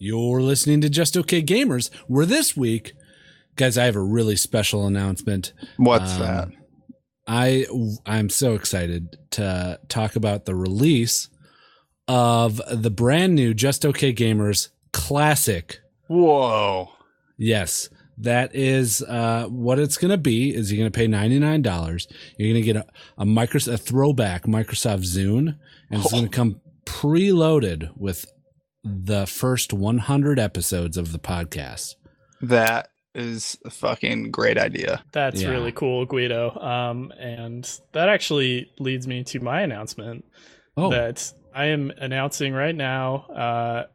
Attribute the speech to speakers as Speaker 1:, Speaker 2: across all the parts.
Speaker 1: You're listening to Just Okay Gamers, where this week, guys, I have a really special announcement.
Speaker 2: What's
Speaker 1: Um,
Speaker 2: that?
Speaker 1: I I'm so excited to talk about the release of the brand new Just Okay Gamers Classic.
Speaker 2: Whoa.
Speaker 1: Yes, that is uh, what it's going to be. Is you're going to pay ninety nine dollars. You're going to get a, a Microsoft a throwback Microsoft Zune, and it's going to come preloaded with the first one hundred episodes of the podcast.
Speaker 2: That is a fucking great idea.
Speaker 3: That's
Speaker 1: Yeah.
Speaker 3: really cool, Guido. Um, and that actually leads me to my announcement
Speaker 1: Oh,
Speaker 3: that I am announcing right now. Uh,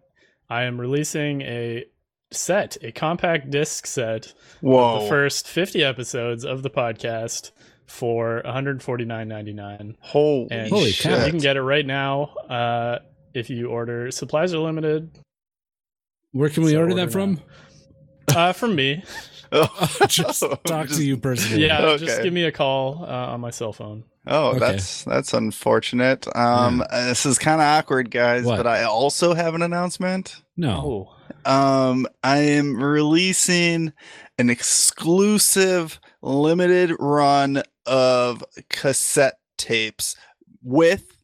Speaker 3: I am releasing a set, a compact disc set,
Speaker 2: Whoa.
Speaker 1: Oh.
Speaker 3: the first 50 episodes of the podcast for 149.99.
Speaker 2: Holy,
Speaker 3: And
Speaker 1: Holy
Speaker 2: shit.
Speaker 1: cow.
Speaker 3: you can get it right now uh, if you order. Supplies are limited.
Speaker 1: where can we
Speaker 3: so
Speaker 1: order
Speaker 3: order
Speaker 1: that from?
Speaker 3: Uh, from me,
Speaker 2: Oh,
Speaker 1: Just talk
Speaker 2: just-
Speaker 1: to you personally.
Speaker 3: yeah. Just
Speaker 2: Okay.
Speaker 3: give me a call uh, on my cell phone.
Speaker 2: Oh,
Speaker 1: Okay.
Speaker 2: that's that's unfortunate. Um, uh, this is kind of awkward, guys.
Speaker 1: What?
Speaker 2: But I also have an announcement.
Speaker 1: No.
Speaker 3: Oh,
Speaker 2: Um, I am releasing an exclusive limited run of cassette tapes with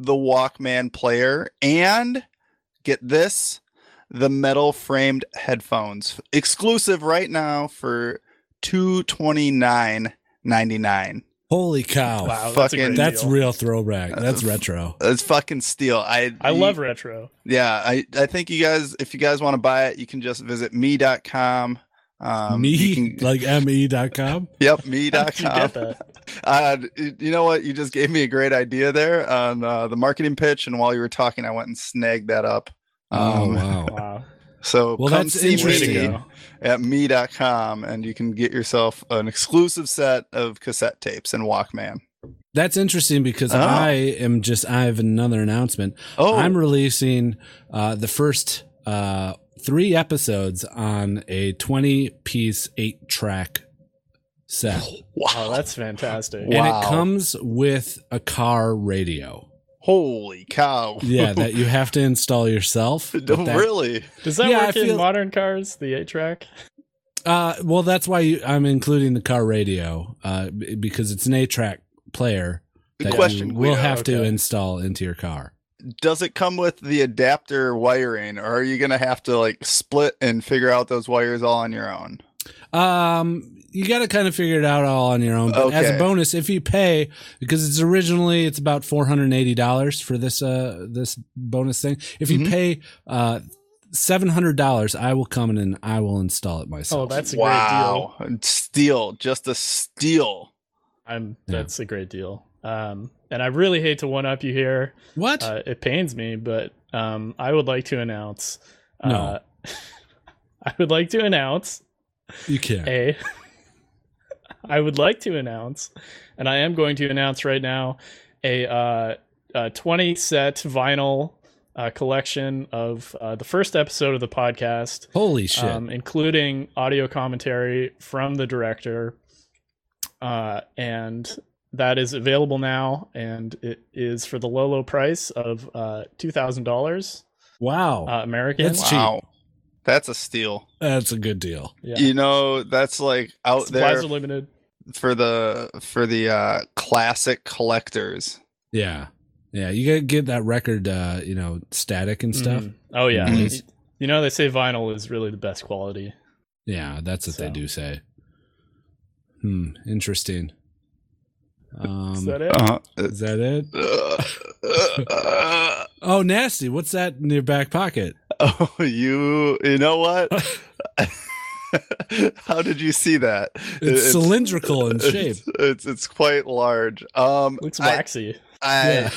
Speaker 2: the Walkman player and get this the metal framed headphones exclusive right now for 229.99
Speaker 1: Holy cow!
Speaker 3: wow, that's a
Speaker 2: fucking-
Speaker 3: great
Speaker 1: Oh. That's
Speaker 3: deal.
Speaker 1: real throwback. That's
Speaker 2: Uh,
Speaker 1: retro.
Speaker 2: it's fucking steal i
Speaker 3: I love retro.
Speaker 2: yeah i i think you guys if you guys want to buy it you can just visit me.com um you
Speaker 1: me
Speaker 2: can-
Speaker 1: like me dot com.
Speaker 2: Yep,
Speaker 3: How did you
Speaker 2: me.com.
Speaker 3: get that?
Speaker 2: Uh, you know what? You just gave me a great idea there on uh, the marketing pitch. And while you were talking, I went and snagged that up.
Speaker 1: Oh
Speaker 2: Um,
Speaker 1: wow.
Speaker 3: Wow,
Speaker 2: So
Speaker 1: Well,
Speaker 2: come
Speaker 1: that's
Speaker 2: see
Speaker 3: way to
Speaker 1: Interesting.
Speaker 2: me
Speaker 3: go.
Speaker 2: at me.com and you can get yourself an exclusive set of cassette tapes and Walkman.
Speaker 1: That's interesting because
Speaker 2: Oh.
Speaker 1: I am just I have another announcement.
Speaker 2: Oh,
Speaker 1: I'm releasing uh, the first uh, three episodes on a 20 piece eight track set,
Speaker 3: Oh,
Speaker 2: wow.
Speaker 3: that's fantastic.
Speaker 2: Wow.
Speaker 1: and it comes with a car radio.
Speaker 2: Holy cow.
Speaker 1: Yeah, that you have to install yourself. but that-
Speaker 2: really?
Speaker 3: Does that
Speaker 1: Yeah, I
Speaker 3: work
Speaker 1: feel-
Speaker 3: in modern cars? The eight track.
Speaker 1: Uh, well, that's why you, I'm including the car radio uh, b- because it's an eight track player that
Speaker 2: Good question.
Speaker 1: you will
Speaker 2: Guido.
Speaker 1: have to
Speaker 3: okay.
Speaker 1: install into your car.
Speaker 2: Does it come with the adapter wiring or are you going to have to like split and figure out those wires all on your own?
Speaker 1: Um, you got to kind of figure it out all on your own. But as a
Speaker 2: Okay.
Speaker 1: bonus, if you pay, because it's originally it's about four hundred and eighty dollars for this uh this bonus thing. If you
Speaker 2: Mhm.
Speaker 1: pay uh seven hundred dollars, I will come in and I will install it
Speaker 3: Oh,
Speaker 1: myself.
Speaker 3: that's a
Speaker 2: wow. Steal, just a steal.
Speaker 3: great deal. I'm.
Speaker 1: Yeah.
Speaker 3: That's a great deal. Um, and I really hate to one up you here.
Speaker 1: what?
Speaker 3: Uh, it pains me, but um, I would like to announce. Uh, I would like to announce
Speaker 1: you can't.
Speaker 3: a. I would like to announce, and I am going to announce right now, a, uh, a 20 set vinyl uh, collection of uh, the first episode of the podcast.
Speaker 1: Holy shit!
Speaker 3: um, including audio commentary from the director. Uh, and that is available now, and it is for the low, low price of uh, $2,000
Speaker 1: wow,
Speaker 3: uh, American.
Speaker 1: That's- It's cheap.
Speaker 2: wow. That's a steal.
Speaker 1: that's a good deal.
Speaker 3: yeah.
Speaker 2: You know, that's like out
Speaker 3: Supplies
Speaker 2: there
Speaker 3: are limited.
Speaker 2: for the for the uh classic collectors.
Speaker 1: Yeah, yeah. You gotta get that record, uh, you know, static and stuff. Mm-hmm.
Speaker 3: Mhm. Oh, yeah.
Speaker 1: Nice.
Speaker 3: You know, they say vinyl is really the best quality.
Speaker 1: Yeah, that's what they
Speaker 3: So.
Speaker 1: do say. Hmm. Interesting. Um,
Speaker 3: is that it?
Speaker 2: Uh-huh.
Speaker 1: is that it?
Speaker 2: Uh, uh, uh,
Speaker 1: Oh, nasty! What's that in your back pocket?
Speaker 2: oh, you you know what? How did you see that?
Speaker 1: It's, cylindrical in shape.
Speaker 2: It's, it's it's quite large. Um
Speaker 3: Looks
Speaker 2: I-
Speaker 3: waxy.
Speaker 2: I,
Speaker 1: Yeah.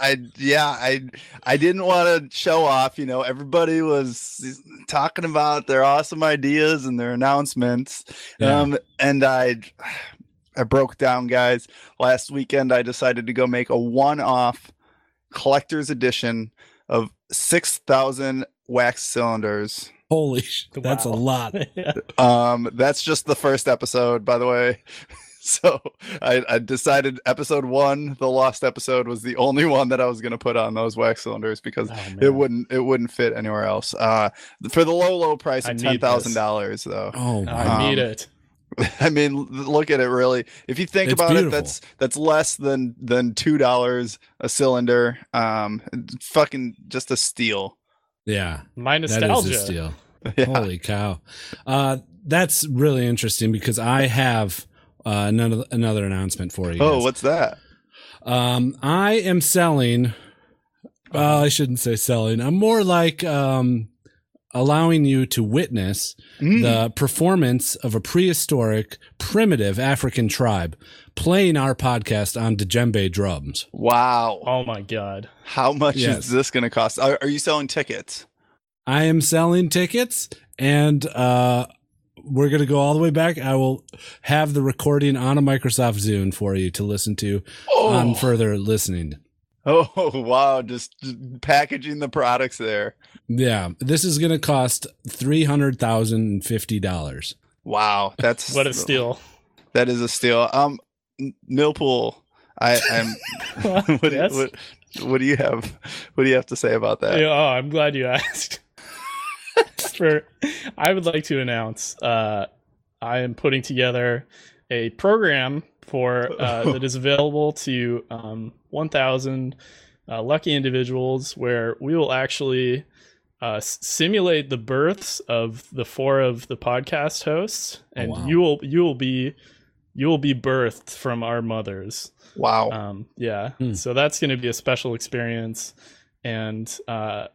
Speaker 2: I, yeah, I, I didn't want to show off. You know, everybody was talking about their awesome ideas and their announcements.
Speaker 1: Yeah.
Speaker 2: Um, and I, I broke down, guys. Last weekend, I decided to go make a one-off collector's edition of six thousand wax cylinders.
Speaker 1: Holy, sh- that's a
Speaker 3: Wow.
Speaker 1: lot.
Speaker 3: yeah.
Speaker 2: Um, that's just the first episode, by the way. so I, I decided episode one, the lost episode, was the only one that I was going to put on those wax cylinders
Speaker 1: Oh,
Speaker 2: because
Speaker 3: Oh,
Speaker 2: it wouldn't it wouldn't fit anywhere else. Uh, for the low low price
Speaker 3: I
Speaker 2: of ten
Speaker 3: need this.
Speaker 2: thousand dollars, though.
Speaker 1: Oh,
Speaker 3: I
Speaker 1: wow.
Speaker 3: need
Speaker 2: Um,
Speaker 3: it.
Speaker 2: I mean, l- look at it really. If you think
Speaker 1: It's
Speaker 2: about
Speaker 1: beautiful.
Speaker 2: it, that's that's less than than two dollars a cylinder. Um, fucking just a steal.
Speaker 1: yeah,
Speaker 3: My
Speaker 1: that
Speaker 3: nostalgia.
Speaker 1: is a steal.
Speaker 2: Yeah.
Speaker 1: Holy cow! Uh, that's really interesting because I have uh, another another announcement for you.
Speaker 2: Oh,
Speaker 1: guys.
Speaker 2: what's that?
Speaker 1: Um, I am selling. Well, I shouldn't say selling. I'm more like um, allowing you to witness
Speaker 2: Mm.
Speaker 1: the performance of a prehistoric, primitive African tribe playing our podcast on djembe drums.
Speaker 2: wow.
Speaker 3: Oh my god.
Speaker 2: How much
Speaker 1: Yes.
Speaker 2: is this going to cost? Are, are you selling tickets?
Speaker 1: I am selling tickets and uh we're going to go all the way back. I will have the recording on a Microsoft Zoom for you to listen to
Speaker 3: Oh.
Speaker 1: on further listening.
Speaker 2: oh wow! Just, just packaging the products there.
Speaker 1: Yeah, this is going to cost $300,050.
Speaker 2: Wow, that's
Speaker 3: What a steal.
Speaker 2: That is a steal. Um, N- Millpool, I, I'm. what, do you-
Speaker 3: Yes?
Speaker 2: what, what do you have? What do you have to say about that?
Speaker 3: Yeah, oh, I'm glad you asked. For, I would like to announce uh, I am putting together a program for uh, that is available to um, 1,000 uh, lucky individuals, where we will actually uh, s- simulate the births of the four of the podcast hosts,
Speaker 1: Oh,
Speaker 3: and
Speaker 1: wow.
Speaker 3: you will you will be you will be birthed from our mothers.
Speaker 2: Wow.
Speaker 3: Um, yeah.
Speaker 1: Hmm.
Speaker 3: So that's going to be a special experience, and uh,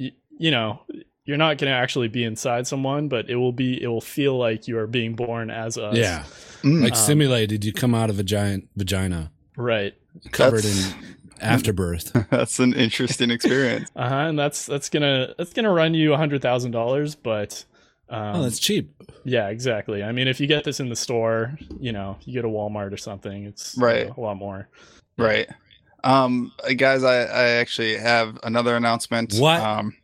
Speaker 3: y- you know, you're not going to actually be inside someone, but it will be. It will feel like you are being born as us.
Speaker 1: Yeah.
Speaker 2: Mm,
Speaker 1: Like
Speaker 3: Um,
Speaker 1: simulated, you come out of a giant vagina
Speaker 3: Right.
Speaker 1: covered
Speaker 2: that's-
Speaker 1: in afterbirth.
Speaker 2: that's an interesting experience.
Speaker 3: Uh huh. And that's that's gonna that's gonna run you a hundred thousand dollars, but. Um,
Speaker 1: oh, that's cheap.
Speaker 3: yeah, exactly. I mean, if you get this in the store, you know, you go to Walmart or something, it's you
Speaker 2: Right.
Speaker 3: know, a lot more.
Speaker 2: Right. Um, uh, guys, I, I actually have another announcement.
Speaker 1: What?
Speaker 2: Um,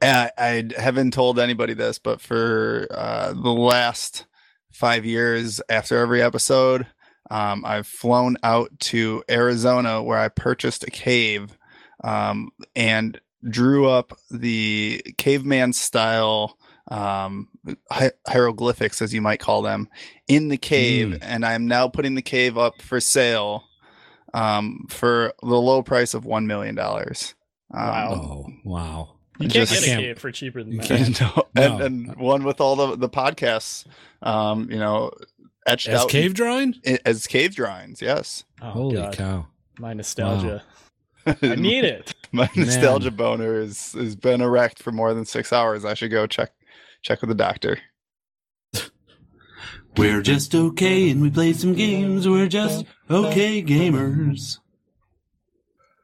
Speaker 2: and I, I haven't told anybody this, but for uh, the last five years, after every episode, um, I've flown out to Arizona where I purchased a cave um, and drew up the caveman style um, hi- hieroglyphics, as you might call them, in the cave.
Speaker 1: Mm.
Speaker 2: And I'm now putting the cave up for sale um, for the low price of $1 million. Um,
Speaker 3: Wow.
Speaker 1: Oh, wow.
Speaker 3: You can't
Speaker 2: Just-
Speaker 1: I
Speaker 3: get a
Speaker 1: can't-
Speaker 3: cape for cheaper than
Speaker 1: you
Speaker 3: that.
Speaker 1: can't.
Speaker 2: no,
Speaker 1: No.
Speaker 2: and, and one with all the, the podcasts, um, you know, etched
Speaker 1: As
Speaker 2: out
Speaker 1: cave drawing?
Speaker 2: i- as cave drawings. Yes,
Speaker 3: Oh,
Speaker 1: Holy
Speaker 3: God.
Speaker 1: cow.
Speaker 3: My nostalgia. I need it.
Speaker 2: my
Speaker 1: Man.
Speaker 2: nostalgia boner is has been erect for more than six hours. I should go check check with the doctor.
Speaker 4: We're just okay and we play some games. We're just okay gamers.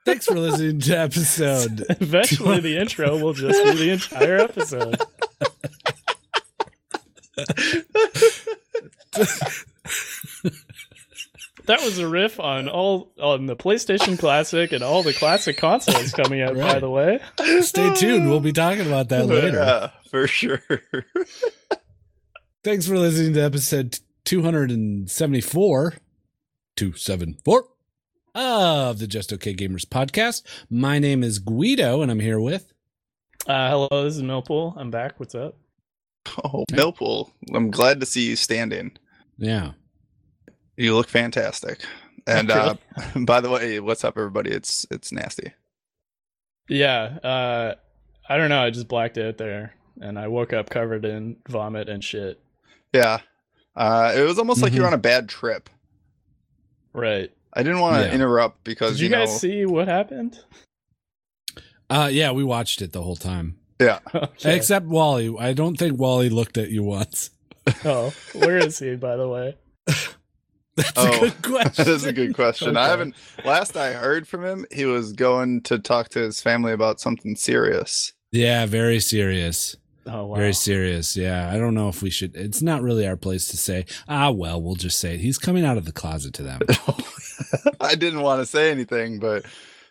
Speaker 1: Thanks for listening to episode
Speaker 3: Eventually, the intro will just be the entire episode. that was a riff on all on the PlayStation Classic and all the classic consoles coming out. By
Speaker 1: Right.
Speaker 3: the way,
Speaker 1: Stay tuned. We'll be talking about that later.
Speaker 2: Yeah, uh, for sure.
Speaker 1: Thanks for listening to episode 274. 274 of the Just Okay Gamers podcast. My name is Guido, and I'm here with.
Speaker 3: uh, hello, this is Millpool. I'm back. What's up?
Speaker 2: oh, Millpool, I'm glad to see you standing.
Speaker 1: Yeah.
Speaker 2: You look fantastic. And uh, by the way, what's up, everybody? It's it's nasty.
Speaker 3: Yeah, uh, I don't know. I just blacked out there, and I woke up covered in vomit and shit.
Speaker 2: Yeah, uh, it was almost like you were
Speaker 3: Mm-hmm.
Speaker 1: Mhm.
Speaker 2: on a bad trip.
Speaker 3: Right?
Speaker 2: I didn't want to
Speaker 1: Yeah.
Speaker 2: interrupt because
Speaker 3: Did
Speaker 2: you,
Speaker 3: you guys
Speaker 2: know,
Speaker 3: see what happened?
Speaker 1: Uh, yeah, we watched it the whole time.
Speaker 3: Okay.
Speaker 1: Except Wally. I don't think Wally looked at you once.
Speaker 3: Oh, where is he, by the way?
Speaker 1: That's a
Speaker 2: Oh.
Speaker 1: good question.
Speaker 2: That is a good question. I
Speaker 3: Okay.
Speaker 2: haven't. Last I heard from him, he was going to talk to his family about something serious.
Speaker 1: yeah, very serious.
Speaker 3: Oh, wow.
Speaker 1: Very serious. Yeah. I don't know if we should. It's not really our place to say, ah, well, we'll just say it. he's coming out of the closet to them.
Speaker 2: I didn't want to say anything, but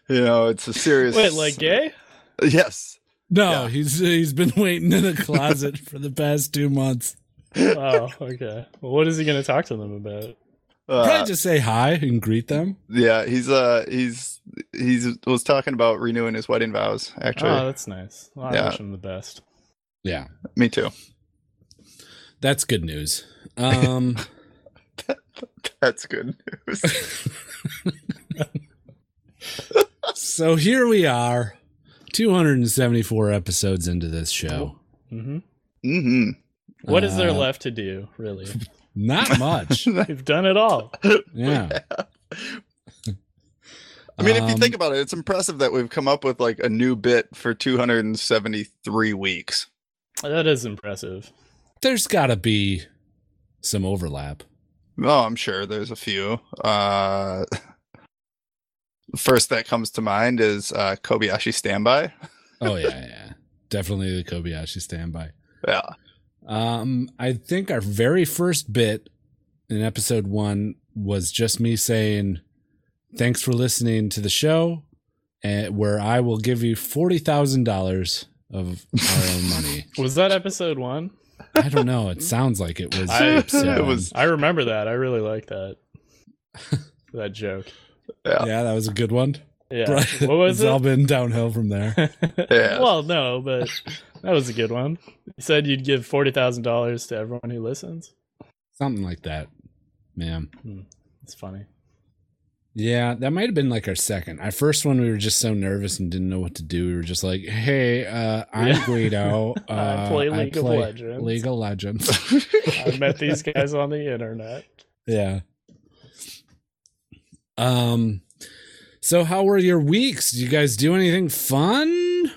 Speaker 2: you know, it's a serious.
Speaker 3: Wait, like gay?
Speaker 2: Yes.
Speaker 1: No,
Speaker 2: Yeah.
Speaker 1: he's he's been waiting in a closet for the past two months.
Speaker 3: Oh, okay. Well, what is he going to talk to them about?
Speaker 2: Uh,
Speaker 1: Probably just say hi and greet them.
Speaker 2: yeah, he's uh he's he's was talking about renewing his wedding vows. Actually,
Speaker 3: Oh, that's nice. Well, I
Speaker 2: Yeah.
Speaker 3: wish him the best.
Speaker 1: Yeah,
Speaker 2: me too.
Speaker 1: that's good news. Um,
Speaker 2: That's good news.
Speaker 1: so here we are, 274 episodes into this show.
Speaker 3: hmm
Speaker 2: hmm
Speaker 3: What is there
Speaker 1: Uh,
Speaker 3: left to do, really?
Speaker 1: Not much.
Speaker 3: We've done it all.
Speaker 1: Yeah.
Speaker 2: I mean, if you
Speaker 1: Um,
Speaker 2: think about it, it's impressive that we've come up with like a new bit for 273 weeks.
Speaker 3: That is impressive.
Speaker 1: there's got to be some overlap.
Speaker 2: Oh, I'm sure there's a few. Uh, the first that comes to mind is uh, Kobayashi Standby.
Speaker 1: Oh yeah, yeah, yeah. definitely the Kobayashi standby.
Speaker 2: Yeah.
Speaker 1: Um, I think our very first bit in episode one was just me saying, "Thanks for listening to the show," and where I will give you forty thousand dollars of our own money.
Speaker 3: Was that episode one?
Speaker 1: I don't know. It sounds like it was.
Speaker 3: I-
Speaker 1: episode
Speaker 2: it
Speaker 1: one.
Speaker 2: was
Speaker 3: I remember that. I really like that. that joke.
Speaker 1: Yeah, that was a good one.
Speaker 3: Yeah.
Speaker 1: Right.
Speaker 3: What was
Speaker 1: it's all
Speaker 3: it?
Speaker 1: been downhill from there.
Speaker 2: Yeah.
Speaker 3: Well, no, but that was a good one. You said you'd give forty thousand dollars to everyone who listens.
Speaker 1: Something like that, ma'am.
Speaker 3: It's funny.
Speaker 1: Yeah, that might have been like our second. Our first one, we were just so nervous and didn't know what to do. We were just like, "Hey, uh, I'm
Speaker 3: Yeah.
Speaker 1: Guido. Uh,
Speaker 3: I play League of Legends."
Speaker 1: League of Legends.
Speaker 3: I met these guys on the internet.
Speaker 1: yeah. Um. So, how were your weeks? Did you guys do anything fun?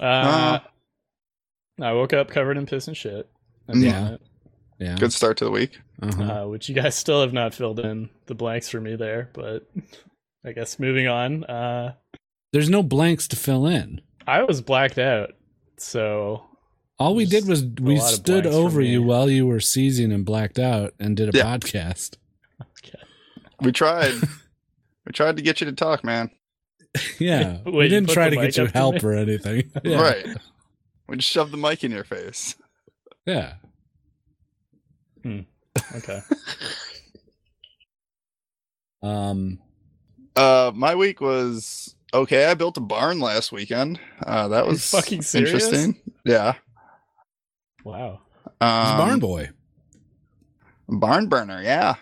Speaker 3: Uh,
Speaker 2: Uh-huh.
Speaker 3: I woke up covered in piss and shit. That's
Speaker 1: Yeah.
Speaker 3: on it.
Speaker 1: Yeah.
Speaker 2: Good start to the week.
Speaker 1: Uh-huh.
Speaker 3: Uh, which you guys still have not filled in the blanks for me there, but I guess moving on. Uh,
Speaker 1: There's no blanks to fill in.
Speaker 3: I was blacked out, so
Speaker 1: All we did was we
Speaker 3: lot of
Speaker 1: stood
Speaker 3: blanks for
Speaker 1: over you
Speaker 3: me.
Speaker 1: while you were seizing and blacked out and did a
Speaker 2: Yeah.
Speaker 1: podcast.
Speaker 2: We tried. we tried to get you to talk, man.
Speaker 1: Yeah.
Speaker 3: Wait,
Speaker 1: we
Speaker 3: you
Speaker 1: didn't
Speaker 3: put
Speaker 1: try
Speaker 3: the
Speaker 1: to
Speaker 3: mic
Speaker 1: get you
Speaker 3: up to
Speaker 1: help
Speaker 3: me?
Speaker 1: or anything. Yeah.
Speaker 2: Right. We just shoved the mic in your face.
Speaker 1: Yeah.
Speaker 3: okay.
Speaker 1: Um,
Speaker 2: Uh, my week was okay. I built a barn last weekend. Uh, that
Speaker 3: you
Speaker 2: was
Speaker 3: fucking serious?
Speaker 2: interesting. Yeah.
Speaker 3: Wow.
Speaker 1: he's
Speaker 2: Um,
Speaker 1: barn boy.
Speaker 2: barn burner. Yeah.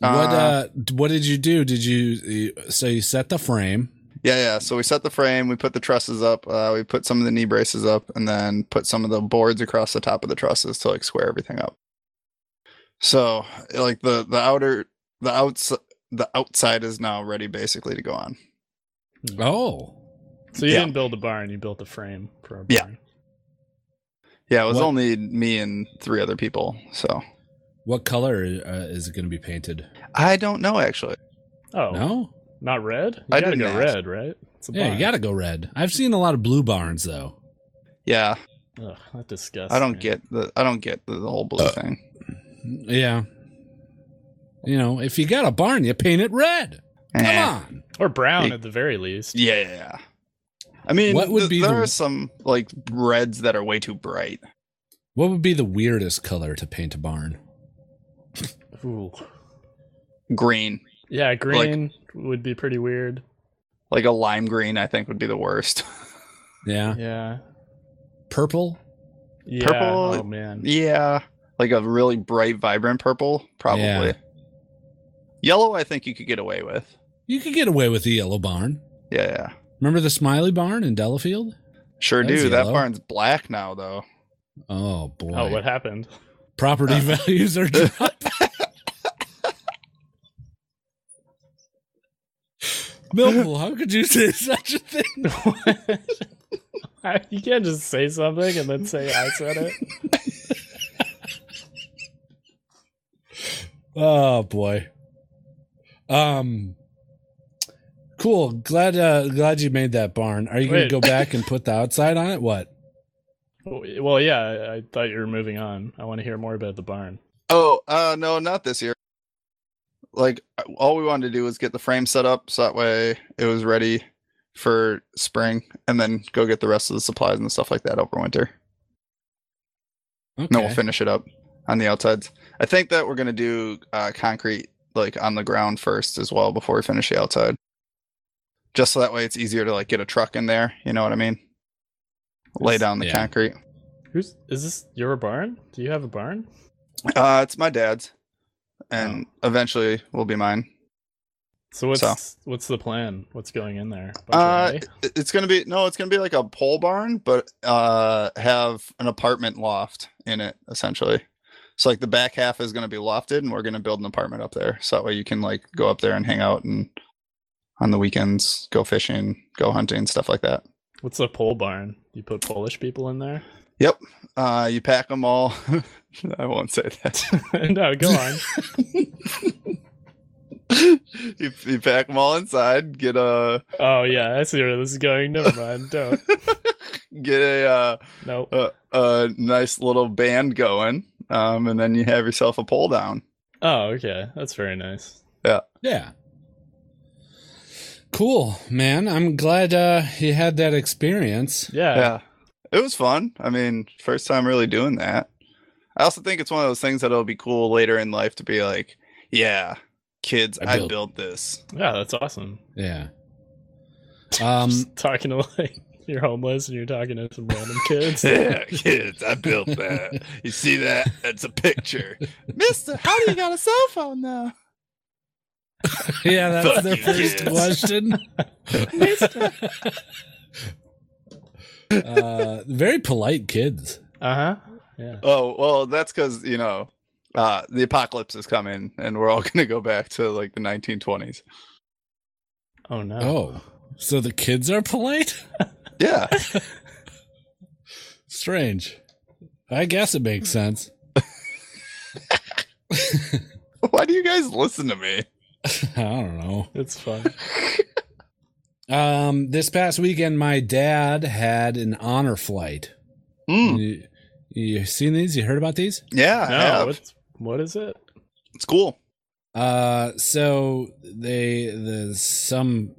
Speaker 1: what
Speaker 2: uh,
Speaker 1: uh, d- what did you do? Did you you- uh, so you set the frame?
Speaker 2: Yeah, yeah. So we set the frame, we put the trusses up, uh, we put some of the knee braces up, and then put some of the boards across the top of the trusses to like square everything up. So like the the outer the outs the outside is now ready basically to go on.
Speaker 1: Oh,
Speaker 3: So you
Speaker 2: Yeah.
Speaker 3: didn't build a barn; you built a frame for a barn.
Speaker 2: Yeah. Yeah, it was
Speaker 1: What-
Speaker 2: only me and three other people. So
Speaker 1: what color uh, is it going to be painted?
Speaker 2: I don't know actually.
Speaker 3: Oh,
Speaker 1: No,
Speaker 3: not red. You
Speaker 2: I
Speaker 3: gotta
Speaker 2: didn't
Speaker 3: go
Speaker 2: ask.
Speaker 3: red, right? It's a
Speaker 1: yeah, you
Speaker 3: barn.
Speaker 1: got to go red. I've seen a lot of blue barns though.
Speaker 2: Yeah,
Speaker 3: Ugh, that disgusts.
Speaker 2: I don't
Speaker 3: me.
Speaker 2: get the I don't get the, the whole blue thing.
Speaker 1: Yeah, you know, if you got a barn, you paint it red. Come
Speaker 2: Eh.
Speaker 1: on,
Speaker 3: or brown
Speaker 2: Hey.
Speaker 3: at the very least.
Speaker 2: Yeah, yeah, yeah. I mean,
Speaker 1: What would
Speaker 2: th-
Speaker 1: be
Speaker 2: there
Speaker 1: the-
Speaker 2: are some like reds that are way too bright.
Speaker 1: what would be the weirdest color to paint a barn?
Speaker 3: Ooh.
Speaker 2: Green,
Speaker 3: Yeah, green would be pretty weird.
Speaker 2: like a lime green, I think would be the worst.
Speaker 1: Yeah,
Speaker 3: Yeah.
Speaker 1: purple.
Speaker 3: Yeah.
Speaker 2: Purple-
Speaker 3: Oh man.
Speaker 2: Yeah, like a really bright, vibrant purple, probably.
Speaker 1: Yeah.
Speaker 2: Yellow, I think you could get away with.
Speaker 1: You could get away with the yellow barn.
Speaker 2: Yeah, yeah,
Speaker 1: Remember the smiley barn in Delafield?
Speaker 2: sure
Speaker 1: That was
Speaker 2: do. That
Speaker 1: yellow.
Speaker 2: barn's black now, though.
Speaker 1: Oh boy,
Speaker 3: Oh, what happened?
Speaker 1: property
Speaker 2: Uh.
Speaker 1: values are dropping. Millpool, how could you say such a thing?
Speaker 3: you can't just say something and then say I said it.
Speaker 1: Oh boy. Um cool. Glad uh glad you made that barn. Are you gonna
Speaker 3: Wait.
Speaker 1: go back and put the outside on it? What?
Speaker 3: Well, yeah, I- I thought you were moving on. I want to hear more about the barn.
Speaker 2: Oh, uh, no, not this year. Like uh, all we wanted to do was get the frame set up so that way it was ready for spring, and then go get the rest of the supplies and stuff like that over winter.
Speaker 1: Okay.
Speaker 2: And then we'll finish it up on the outsides. I think that we're gonna do uh, concrete like on the ground first as well before we finish the outside. Just so that way it's easier to like get a truck in there. You know what I mean? Lay
Speaker 3: It's-
Speaker 2: down the
Speaker 1: yeah.
Speaker 2: concrete.
Speaker 3: Who's is this your barn? Do you have a barn?
Speaker 2: Uh, it's my dad's, and
Speaker 1: Oh.
Speaker 2: eventually will be mine.
Speaker 3: So what's what's the plan? What's going in there? Bunch of
Speaker 2: Uh,
Speaker 3: hay?
Speaker 2: It- It's gonna be no, it's gonna be like a pole barn, but uh, have an apartment loft in it essentially. So like the back half is gonna be lofted, and we're gonna build an apartment up there. So that way you can like go up there and hang out, and on the weekends go fishing, go hunting, stuff like that.
Speaker 3: what's a pole barn? You put Polish people in there?
Speaker 2: Uh, you pack them all. I won't say that.
Speaker 3: no, go on.
Speaker 2: you, you pack them all inside. Get a
Speaker 3: Oh yeah, I see where this is going. Never mind. Don't.
Speaker 2: get a. Uh,
Speaker 3: Nope.
Speaker 2: a, a nice little band going, um, and then you have yourself a pull down.
Speaker 3: Oh, okay. That's very nice.
Speaker 1: Yeah. Cool, man. I'm glad uh, you had that experience.
Speaker 3: Yeah.
Speaker 2: it was fun. I mean, first time really doing that. I also think it's one of those things that'll be cool later in life to be like, yeah, kids,
Speaker 1: I
Speaker 2: I built,
Speaker 1: built-
Speaker 2: this.
Speaker 3: Yeah, that's awesome.
Speaker 1: Yeah. Um.
Speaker 3: Just talking to like you're homeless and you're talking to some random kids.
Speaker 2: Yeah, kids, I built that. you see that? That's a picture. Mister, how do you got a cell phone now?
Speaker 1: Yeah, that's
Speaker 2: Fuck
Speaker 1: the
Speaker 2: you,
Speaker 1: first
Speaker 2: kids.
Speaker 1: question. uh, very polite kids.
Speaker 3: Uh huh. Yeah.
Speaker 2: Oh, well, that's because, you know, uh, the apocalypse is coming and we're all going to go back to like the 1920s.
Speaker 3: Oh no.
Speaker 1: Oh, so the kids are polite?
Speaker 2: Yeah.
Speaker 1: Strange. I guess it makes sense.
Speaker 2: Why do you guys listen to me?
Speaker 1: I don't know.
Speaker 3: It's fun.
Speaker 1: Um, this past weekend, my dad had an honor flight.
Speaker 2: Mm,
Speaker 1: You, you seen these? You heard about these?
Speaker 2: yeah, I
Speaker 3: No,
Speaker 2: have.
Speaker 3: what's, what is it?
Speaker 2: it's cool.
Speaker 1: Uh, so they the some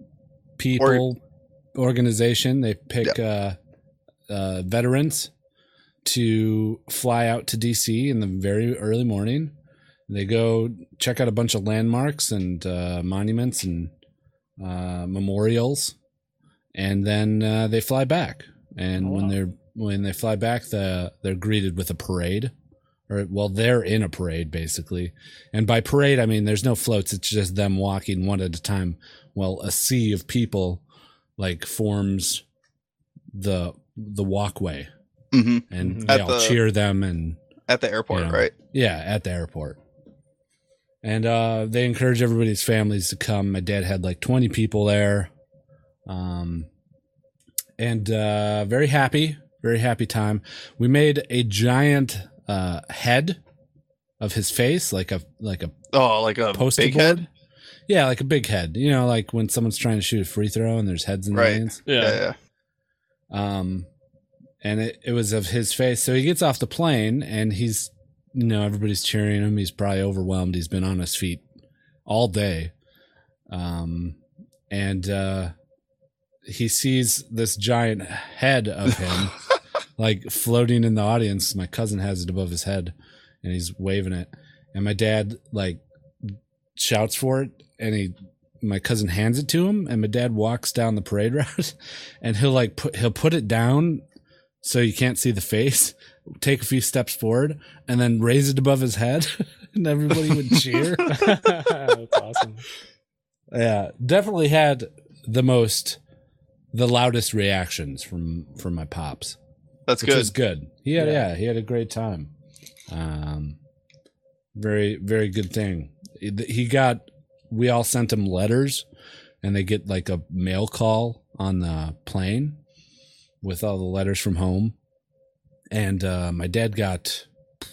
Speaker 1: people organization they pick uh, uh, veterans to fly out to DC in the very early morning. They go check out a bunch of landmarks and uh, monuments and uh, memorials, and then uh, they fly back. And
Speaker 3: Oh,
Speaker 1: when
Speaker 3: wow.
Speaker 1: they're when they fly back, the they're greeted with a parade, or well, they're in a parade basically. And by parade, I mean there's no floats; it's just them walking one at a time. Well, a sea of people like forms the the walkway,
Speaker 2: hmm
Speaker 1: and
Speaker 3: Mhm.
Speaker 1: they
Speaker 2: At
Speaker 1: all
Speaker 2: the-
Speaker 1: cheer them and
Speaker 2: At the airport,
Speaker 1: Yeah.
Speaker 2: right?
Speaker 1: yeah, at the airport. And uh, they encourage everybody's families to come. My dad had like 20 people there. Um, and uh, very happy, very happy time. We made a giant uh, head of his face, like a like a
Speaker 2: Oh, like a
Speaker 1: poster
Speaker 2: big
Speaker 1: board.
Speaker 2: head.
Speaker 1: Yeah, like a big head. You know, like when someone's trying to shoot a free throw and there's heads in the
Speaker 2: Right.
Speaker 1: lanes
Speaker 3: Yeah.
Speaker 2: Yeah, yeah.
Speaker 1: um and it, it was of his face so he gets off the plane and he's you know everybody's cheering him he's probably overwhelmed he's been on his feet all day um and uh he sees this giant head of him like floating in the audience my cousin has it above his head and he's waving it and my dad like shouts for it and he my cousin hands it to him and my dad walks down the parade route and he'll like put he'll put it down so you can't see the face take a few steps forward and then raise it above his head and everybody would cheer
Speaker 3: That's awesome.
Speaker 1: yeah definitely had the most the loudest reactions from from my pops
Speaker 2: That's
Speaker 1: which
Speaker 2: good.
Speaker 1: was good. He had
Speaker 3: Yeah.
Speaker 1: yeah. he had a great time. Um, very very good thing. He- He got we all sent him letters, and they get like a mail call on the plane with all the letters from home. And uh, my dad got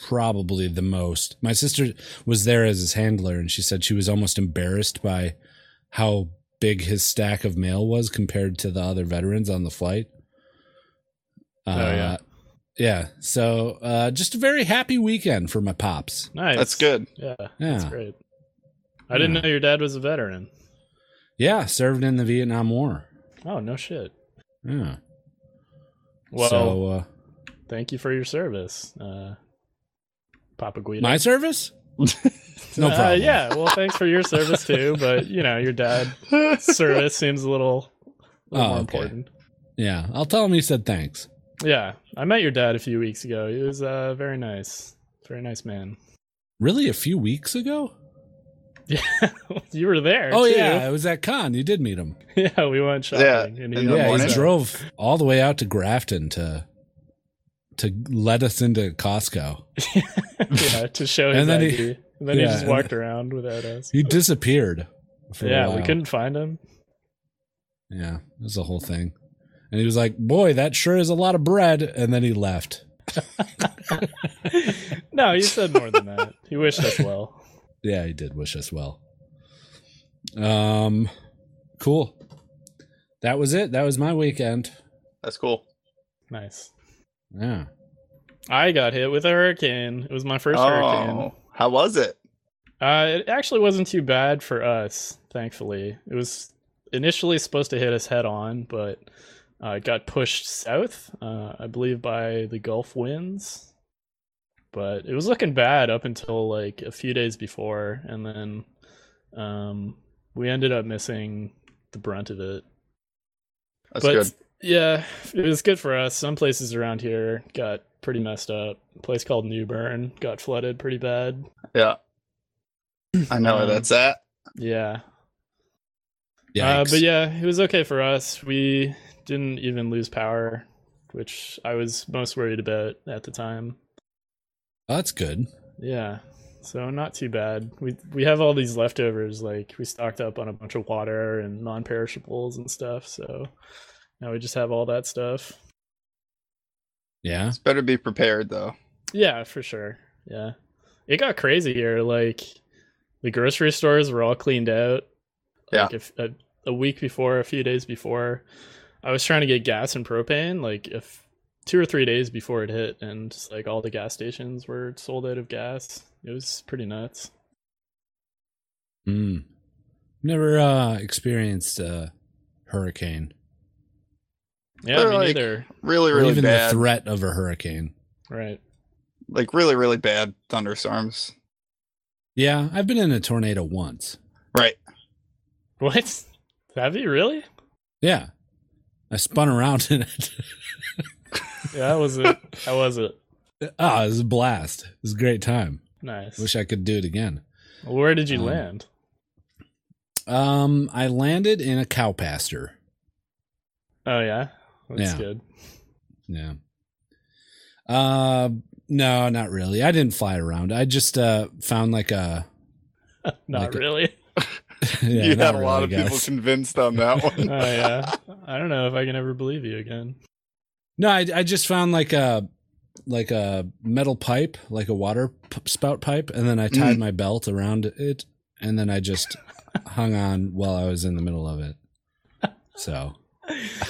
Speaker 1: probably the most. My sister was there as his handler, and she said she was almost embarrassed by how big his stack of mail was compared to the other veterans on the flight.
Speaker 3: Oh, yeah.
Speaker 1: Uh, yeah. So uh, just a very happy weekend for my pops.
Speaker 3: Nice.
Speaker 2: That's good.
Speaker 3: Yeah. That's
Speaker 1: Yeah.
Speaker 3: great. I didn't
Speaker 1: Yeah.
Speaker 3: know your dad was a veteran.
Speaker 1: Yeah. Served in the Vietnam War.
Speaker 3: Oh, no shit.
Speaker 1: Yeah.
Speaker 3: Well,
Speaker 1: so, uh,
Speaker 3: thank you for your service. Uh, Papa Guido.
Speaker 1: My service? no
Speaker 3: Uh,
Speaker 1: problem.
Speaker 3: yeah. Well, thanks for your service too, but you know your dad service seems a little, a little
Speaker 1: Oh,
Speaker 3: more
Speaker 1: okay.
Speaker 3: important.
Speaker 1: Yeah. I'll tell him he said thanks.
Speaker 3: Yeah, I met your dad a few weeks ago. He was uh, very nice, very nice man.
Speaker 1: Really, a few weeks ago?
Speaker 3: Yeah, you were there.
Speaker 1: Oh
Speaker 3: too.
Speaker 1: yeah, it was at con. You did meet him.
Speaker 3: yeah. We went shopping.
Speaker 2: Yeah,
Speaker 3: and
Speaker 2: in
Speaker 3: was
Speaker 2: the
Speaker 1: Yeah, he
Speaker 2: morning.
Speaker 3: there.
Speaker 1: drove all the way out to Grafton to to let us into Costco.
Speaker 3: yeah, to show his
Speaker 1: And then he-
Speaker 3: ID. and then
Speaker 1: yeah,
Speaker 3: he just
Speaker 1: and-
Speaker 3: walked around without us.
Speaker 1: He disappeared. For a
Speaker 3: Yeah, we
Speaker 1: while.
Speaker 3: couldn't find him.
Speaker 1: Yeah, it was the whole thing. And he was like, "Boy, that sure is a lot of bread." And then he left.
Speaker 3: no, he said more than that. He wished us well.
Speaker 1: Yeah, he did wish us well. Um, cool. That was it. That was my weekend.
Speaker 2: That's cool.
Speaker 3: Nice.
Speaker 1: Yeah.
Speaker 3: I got hit with a hurricane. It was my first hurricane.
Speaker 2: Oh, how was it?
Speaker 3: Uh, it actually wasn't too bad for us, thankfully. It was initially supposed to hit us head on, but uh, it got pushed south, uh, I believe, by the Gulf winds. But it was looking bad up until like a few days before, and then um, we ended up missing the brunt of it.
Speaker 2: That's
Speaker 3: but
Speaker 2: good.
Speaker 3: yeah, it was good for us. Some places around here got pretty messed up. A place called Newbern got flooded pretty bad.
Speaker 2: Yeah. I know where
Speaker 3: Um,
Speaker 2: that's at.
Speaker 3: Yeah.
Speaker 1: Yeah.
Speaker 3: Uh, but yeah, it was okay for us. We didn't even lose power, which I was most worried about at the time.
Speaker 1: Oh, that's good.
Speaker 3: Yeah. So not too bad. We we have all these leftovers like we stocked up on a bunch of water and non-perishables and stuff, so now we just have all that stuff.
Speaker 1: Yeah.
Speaker 2: It's better be prepared though.
Speaker 3: Yeah, for sure. Yeah. It got crazy here. Like the grocery stores were all cleaned out.
Speaker 2: Yeah.
Speaker 3: Like if, a, a week before, a few days before, I was trying to get gas and propane like if two or three days before it hit and just, like all the gas stations were sold out of gas. It was pretty nuts.
Speaker 1: Mm. Never uh, experienced a hurricane
Speaker 3: Yeah,
Speaker 2: Or,
Speaker 3: me
Speaker 2: like-
Speaker 3: neither.
Speaker 2: Really,
Speaker 1: or
Speaker 2: really
Speaker 1: even
Speaker 2: bad.
Speaker 1: the threat of a hurricane.
Speaker 3: Right.
Speaker 2: like really, really bad thunderstorms.
Speaker 1: Yeah, I've been in a tornado once.
Speaker 2: Right.
Speaker 3: What? Have you really?
Speaker 1: Yeah. I spun around in it.
Speaker 3: Yeah, that was it. that was it.
Speaker 1: Ah, it was a blast. It was a great time.
Speaker 3: Nice.
Speaker 1: Wish I could do it again.
Speaker 3: Where did you
Speaker 1: Um,
Speaker 3: land?
Speaker 1: Um, I landed in a cow pasture.
Speaker 3: Oh yeah. That's
Speaker 1: yeah.
Speaker 3: good.
Speaker 1: Yeah. Uh, no, not really. I didn't fly around. I just uh found like a.
Speaker 3: Not
Speaker 1: Like a-
Speaker 3: really.
Speaker 1: Yeah,
Speaker 2: you
Speaker 1: not
Speaker 2: had a
Speaker 1: really,
Speaker 2: lot of
Speaker 1: guys.
Speaker 2: people convinced on that one.
Speaker 3: oh yeah. I don't know if I can ever believe you again.
Speaker 1: No, I I just found like a like a metal pipe, like a water p- spout pipe, and then I
Speaker 2: Mm-hmm.
Speaker 1: tied my belt around it, and then I just hung on while I was in the middle of it. So,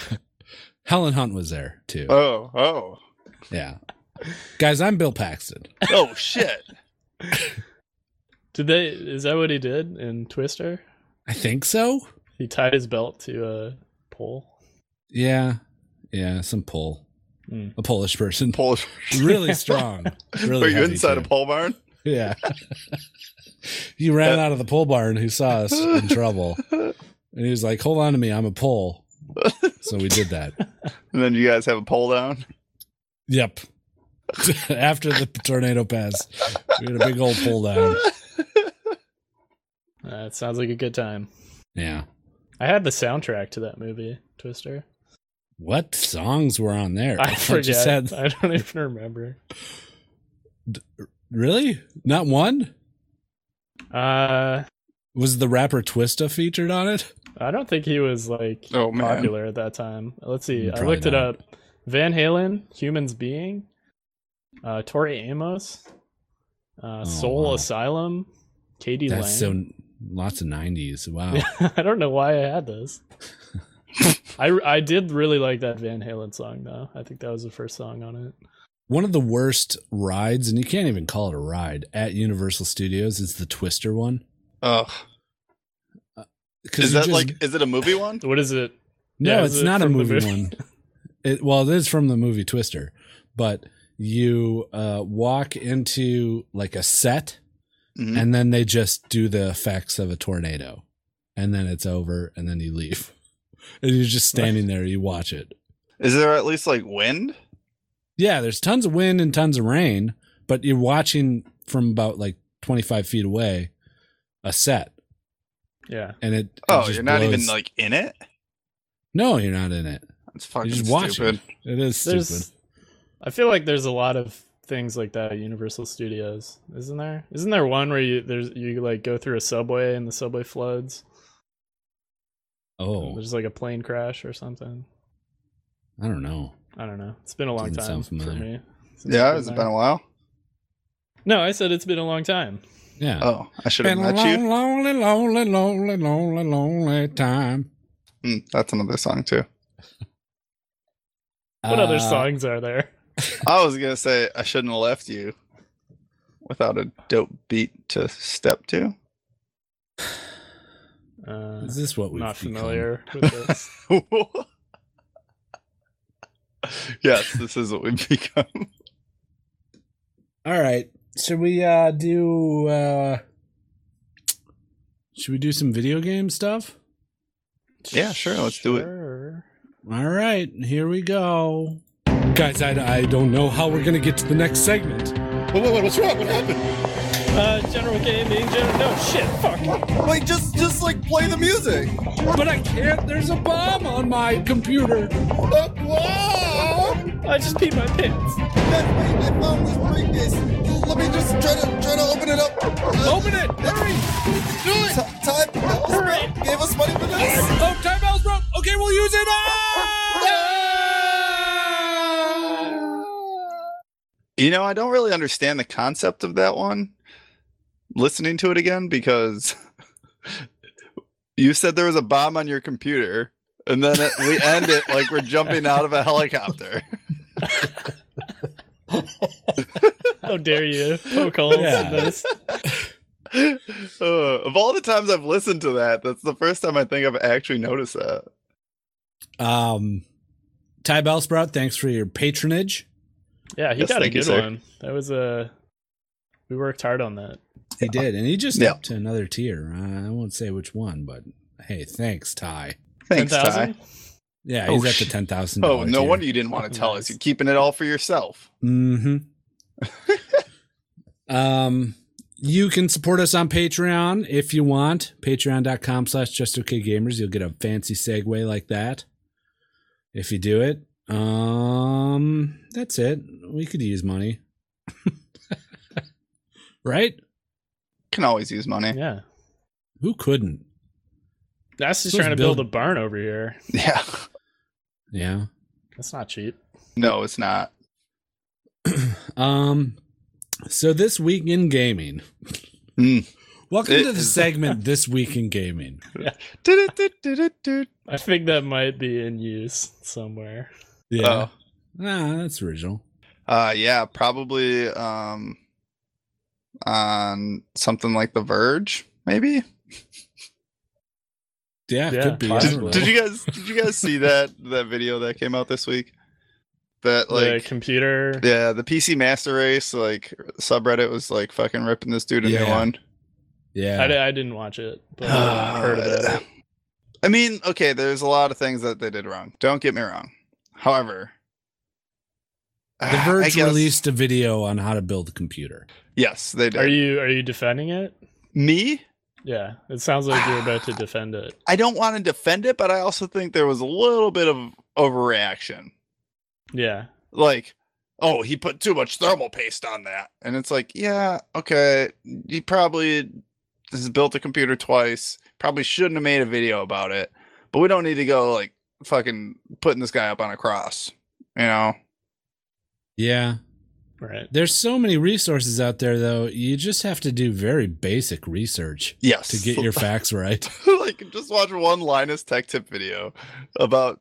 Speaker 1: Helen Hunt was there too.
Speaker 2: oh, oh,
Speaker 1: Yeah, guys, I'm Bill Paxton.
Speaker 2: oh, shit!
Speaker 3: Did they is that what he did in Twister?
Speaker 1: I think so.
Speaker 3: He tied his belt to a pole.
Speaker 1: Yeah, yeah, some pole,
Speaker 3: Hmm.
Speaker 1: a Polish person,
Speaker 2: Pole.
Speaker 1: really strong. Really
Speaker 2: Were you
Speaker 1: heavy,
Speaker 2: inside
Speaker 1: too.
Speaker 2: a pole barn?
Speaker 1: Yeah. he ran out of the pole barn who saw us in trouble. And he was like, Hold on to me, I'm a pole. So we did that.
Speaker 2: And then you guys have a pole down.
Speaker 1: Yep. After the tornado passed, we had a big old pull down.
Speaker 3: Uh, it sounds like a good time.
Speaker 1: Yeah.
Speaker 3: I had the soundtrack to that movie, Twister.
Speaker 1: What songs were on there?
Speaker 3: I
Speaker 1: thought you
Speaker 3: forget.
Speaker 1: said-
Speaker 3: I don't even remember.
Speaker 1: really? Not one?
Speaker 3: Uh
Speaker 1: Was the rapper Twista featured on it?
Speaker 3: I don't think he was like
Speaker 2: Oh man.
Speaker 3: popular at that time. Let's see. I
Speaker 1: Mm, Probably
Speaker 3: looked it
Speaker 1: not.
Speaker 3: up. Van Halen, Humans Being, uh Tori Amos, uh Soul
Speaker 1: Oh, wow.
Speaker 3: Asylum, Katie
Speaker 1: That's
Speaker 3: Lang.
Speaker 1: so lots of 90s. Wow.
Speaker 3: I don't know why I had this. I, I did really like that Van Halen song though. I think that was the first song on it.
Speaker 1: One of the worst rides, and you can't even call it a ride, at Universal Studios is the Twister one.
Speaker 2: Ugh.
Speaker 1: 'Cause
Speaker 2: Is
Speaker 1: you
Speaker 2: that
Speaker 1: just-
Speaker 2: like? Is it a movie one?
Speaker 3: What is it?
Speaker 1: No,
Speaker 3: Yeah,
Speaker 1: it's
Speaker 3: is it
Speaker 1: not a
Speaker 3: from the
Speaker 1: movie
Speaker 3: movie?
Speaker 1: one. It, well, it is from the movie Twister, but you uh, walk into like a set
Speaker 2: Mhm.
Speaker 1: and then they just do the effects of a tornado and then it's over and then you leave and you're just standing there you watch it
Speaker 2: Is there at least like wind?
Speaker 1: yeah there's tons of wind and tons of rain but you're watching from about like 25 feet away a set
Speaker 3: Yeah.
Speaker 1: and it, it
Speaker 2: Oh,
Speaker 1: just
Speaker 2: you're not even
Speaker 1: blows-
Speaker 2: like in it.
Speaker 1: no you're not in it
Speaker 2: It's
Speaker 1: you're
Speaker 2: fucking
Speaker 1: just watching
Speaker 2: stupid.
Speaker 1: it. it is
Speaker 3: There's
Speaker 1: stupid
Speaker 3: I feel like there's a lot of things like that at Universal Studios, isn't there? Isn't there one where you there's you like go through a subway and the subway floods?
Speaker 1: oh
Speaker 3: There's like a plane crash or something.
Speaker 1: i don't know
Speaker 3: I don't know. It's been a long
Speaker 1: Doesn't
Speaker 3: time
Speaker 1: sound
Speaker 3: for
Speaker 1: familiar.
Speaker 3: me. since I've
Speaker 2: Yeah,
Speaker 3: been
Speaker 2: it's
Speaker 3: there.
Speaker 2: been a while.
Speaker 3: No, I said it's been a long time.
Speaker 1: yeah
Speaker 2: Oh, I should have
Speaker 1: Been a
Speaker 2: met you.
Speaker 1: long, lonely, lonely, lonely, lonely, lonely time.
Speaker 2: Hmm, that's another song too.
Speaker 3: What other
Speaker 1: Uh,
Speaker 3: songs are there?
Speaker 2: I was gonna say I shouldn't have left you without a dope beat to step to.
Speaker 3: Uh,
Speaker 1: Is this what we've
Speaker 3: not
Speaker 1: become?
Speaker 3: familiar with this.
Speaker 2: yes, this is what we've become.
Speaker 1: All right. Should we uh do uh Should we do some video game stuff?
Speaker 2: Yeah, sure, let's do it.
Speaker 3: Sure.
Speaker 1: All right. Here we go. Guys, I, I don't know how we're going to get to the next segment.
Speaker 5: what's wrong? What happened?
Speaker 3: Uh, general gaming, general. No shit. Fuck.
Speaker 5: Wait, just just like play the music.
Speaker 1: But I can't. There's a bomb on my computer.
Speaker 5: Uh, whoa!
Speaker 3: I just peed my pants.
Speaker 5: That- wait, I found this briefcase. Let me just try to try to open it up. Uh,
Speaker 1: Open it. Hurry. Do it.
Speaker 5: t- time help us,
Speaker 3: Hurry.
Speaker 5: gave us money for this.
Speaker 1: Oh, timeout's broke. Okay, we'll use it. Ah!
Speaker 2: You know, I don't really understand the concept of that one. Listening to it again because you said there was a bomb on your computer, and then it, we end it like we're jumping out of a helicopter.
Speaker 3: How dare you poke holes
Speaker 1: Yeah.
Speaker 3: in this?
Speaker 2: Uh, of all the times I've listened to that, that's the first time I think I've actually noticed that.
Speaker 1: Um, Ty Bellsprout, thanks for your patronage.
Speaker 3: Yeah, he
Speaker 2: Yes,
Speaker 3: got a
Speaker 2: thank you,
Speaker 3: good
Speaker 2: sir.
Speaker 3: one. That was a. We worked hard on that.
Speaker 1: He did, and he just
Speaker 2: Yeah.
Speaker 1: upped to another tier. I won't say which one, but hey, thanks, Ty.
Speaker 2: Thanks, Ty.
Speaker 3: 10,000?
Speaker 1: Yeah,
Speaker 2: Oh,
Speaker 1: he's at the
Speaker 2: shit.
Speaker 1: ten thousand.
Speaker 2: Oh, no wonder you didn't want to tell us. You're keeping it all for yourself.
Speaker 1: Mm-hmm. um, you can support us on Patreon if you want. Patreon.com slash just okay gamers. You'll get a fancy segue like that if you do it. Um, that's it. We could use money, right?
Speaker 2: Can always use money.
Speaker 3: Yeah.
Speaker 1: Who couldn't?
Speaker 3: That's just
Speaker 1: Let's
Speaker 3: trying to build,
Speaker 1: build-
Speaker 3: a barn over here.
Speaker 2: Yeah.
Speaker 1: Yeah.
Speaker 3: That's not cheap.
Speaker 2: No, it's not.
Speaker 1: Um, so this week in gaming.
Speaker 2: Hmm.
Speaker 1: Welcome
Speaker 2: It
Speaker 1: to the
Speaker 2: is-
Speaker 1: segment this week in gaming.
Speaker 2: Du-du-du-du-du-du.
Speaker 3: I think that might be in use somewhere.
Speaker 1: Yeah, ah, that's original.
Speaker 2: Oh, uh, yeah, probably um, on something like The Verge, maybe.
Speaker 1: Yeah,
Speaker 3: Yeah,
Speaker 1: could be. I don't know.
Speaker 2: Did, did you guys did you guys see that that video that came out this week? That like
Speaker 3: the computer.
Speaker 2: yeah, the PC Master Race like subreddit was like fucking ripping this dude a new
Speaker 1: Yeah.
Speaker 2: one.
Speaker 1: Yeah,
Speaker 3: I, di- I didn't watch it, but I heard about it.
Speaker 2: I mean, okay, there's a lot of things that they did wrong. Don't get me wrong. However,
Speaker 1: The
Speaker 2: I
Speaker 1: Verge
Speaker 2: guess-
Speaker 1: released a video on how to build a computer.
Speaker 2: Yes, they did.
Speaker 3: Are you are you defending it?
Speaker 2: me?
Speaker 3: Yeah, it sounds like you're about to defend it.
Speaker 2: I don't want to defend it, but I also think there was a little bit of overreaction.
Speaker 3: Yeah,
Speaker 2: Like, oh, he put too much thermal paste on that. And it's like, yeah, okay, he probably has built a computer twice. Probably shouldn't have made a video about it. But we don't need to go like fucking putting this guy up on a cross, you know?
Speaker 1: Yeah,
Speaker 3: right.
Speaker 1: there's so many resources out there though. You just have to do very basic research
Speaker 2: Yes.
Speaker 1: to get your facts right.
Speaker 2: like just watch one Linus Tech Tip video about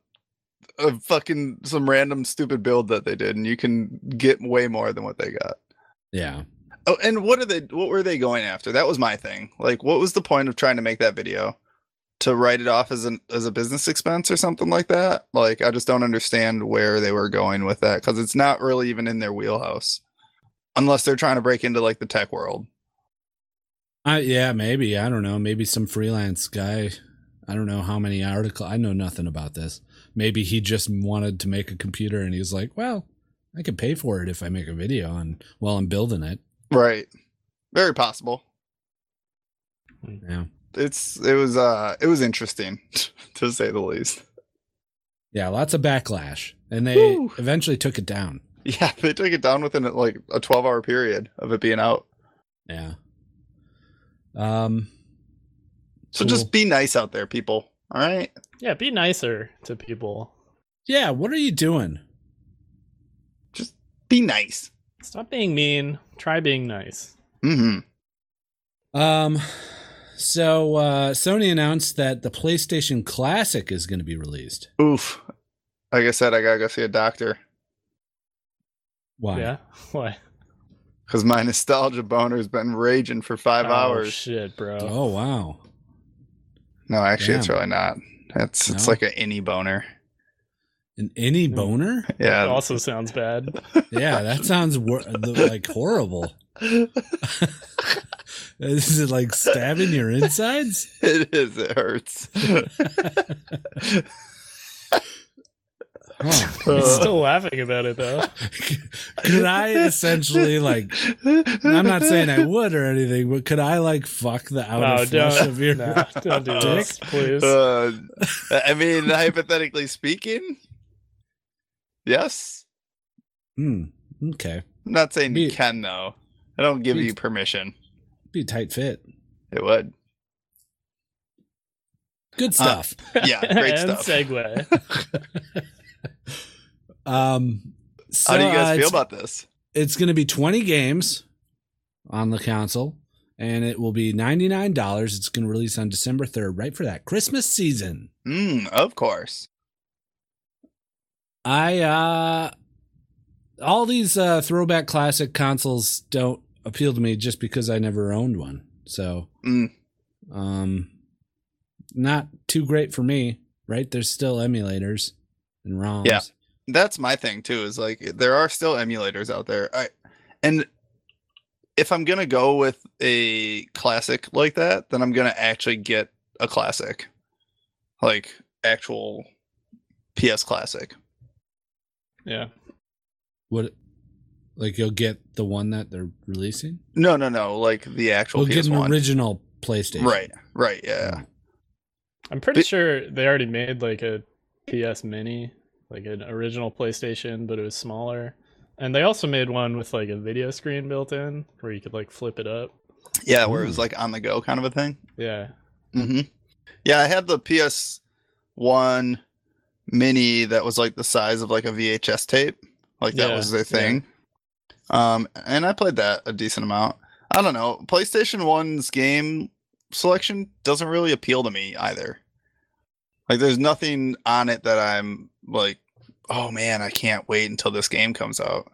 Speaker 2: a fucking some random stupid build that they did, and you can get way more than what they got.
Speaker 1: Yeah,
Speaker 2: Oh, and what are they? What were they going after? That was my thing. Like, what was the point of trying to make that video? to write it off as an as a business expense or something like that. Like I just don't understand where they were going with that because it's not really even in their wheelhouse, unless they're trying to break into like the tech world.
Speaker 1: Uh, yeah, maybe. I don't know. Maybe some freelance guy. I don't know how many article. I know nothing about this. Maybe he just wanted to make a computer and he's like, well, I can pay for it if I make a video on while I'm building it.
Speaker 2: Right. Very possible.
Speaker 1: Yeah.
Speaker 2: It's it was uh it was interesting to say the least.
Speaker 1: Yeah, lots of backlash. And they
Speaker 2: Whew.
Speaker 1: eventually took it down.
Speaker 2: Yeah, they took it down within like a twelve hour period of it being out.
Speaker 1: Yeah. Um
Speaker 2: So
Speaker 1: Cool.
Speaker 2: just be nice out there, people. All right.
Speaker 3: Yeah, be nicer to people.
Speaker 1: yeah, what are you doing?
Speaker 2: Be nice.
Speaker 3: Stop being mean. Try being nice.
Speaker 2: Mm-hmm.
Speaker 1: Um so uh Sony announced that the PlayStation Classic is going to be released.
Speaker 2: Oof. Like I said, I gotta go see a doctor
Speaker 1: Why?
Speaker 3: Yeah. What?
Speaker 2: because my nostalgia boner's been raging for five
Speaker 3: Oh,
Speaker 2: hours.
Speaker 3: Shit, bro.
Speaker 1: Oh wow.
Speaker 2: No, actually, it's
Speaker 1: Damn.
Speaker 2: really not. It's it's
Speaker 1: No?
Speaker 2: like an any boner.
Speaker 1: An any
Speaker 3: Hmm.
Speaker 1: boner?
Speaker 3: That
Speaker 2: Yeah.
Speaker 3: also sounds bad.
Speaker 1: Yeah, that sounds wor- like horrible. is it like stabbing your insides?
Speaker 2: it is. It hurts.
Speaker 1: Huh.
Speaker 3: I'm
Speaker 2: Uh.
Speaker 3: still laughing about it though.
Speaker 1: Could I essentially like I'm not saying I would or anything, but could I like fuck the outer
Speaker 3: No,
Speaker 1: flesh
Speaker 3: don't.
Speaker 1: of your?
Speaker 3: Nah, don't do this, please.
Speaker 2: Uh, I mean, hypothetically speaking, yes.
Speaker 1: Hmm. okay,
Speaker 2: I'm not saying you
Speaker 1: Be-
Speaker 2: can though. I don't give
Speaker 1: Be-
Speaker 2: you permission.
Speaker 1: be a tight fit.
Speaker 2: It would.
Speaker 1: Good
Speaker 2: Uh,
Speaker 1: stuff.
Speaker 2: Yeah, great
Speaker 3: and
Speaker 2: stuff.
Speaker 3: segue.
Speaker 1: um, so,
Speaker 2: How do you
Speaker 1: uh,
Speaker 2: guys
Speaker 1: it's-
Speaker 2: feel about this?
Speaker 1: It's going to be 20 games on the console, and it will be $99. It's going to release on December 3rd, right for that Christmas season.
Speaker 2: Mm, of course.
Speaker 1: I uh all these uh throwback classic consoles don't appeal to me just because I never owned one. So
Speaker 2: Mm.
Speaker 1: um not too great for me, right? There's still emulators and ROMs.
Speaker 2: Yeah. That's my thing too. Is like eh, there are still emulators out there. I and if I'm gonna go with a classic like that, then I'm gonna actually get a classic, like actual PS classic.
Speaker 3: Yeah.
Speaker 1: What like you'll get the one that they're releasing?
Speaker 2: No, no, no. Like the actual
Speaker 1: you'll get
Speaker 2: PS
Speaker 1: an
Speaker 2: one.
Speaker 1: original Mm. PlayStation.
Speaker 2: Right. Right. Yeah.
Speaker 3: I'm pretty
Speaker 2: Be-
Speaker 3: sure they already made like a PS Mini, like an original PlayStation, but it was smaller. And they also made one with like a video screen built in where you could like flip it up.
Speaker 2: Yeah. Where it
Speaker 1: Mm.
Speaker 2: was like on the go kind of a thing.
Speaker 3: Yeah.
Speaker 2: hmm Yeah, I had the PS One Mini that was like the size of like a VHS tape. Like that
Speaker 3: Yeah,
Speaker 2: was their
Speaker 3: yeah.
Speaker 2: thing. Um, and I played that a decent amount. I don't know. PlayStation One's game selection doesn't really appeal to me either. Like, there's nothing on it that I'm like, oh man, I can't wait until this game comes out.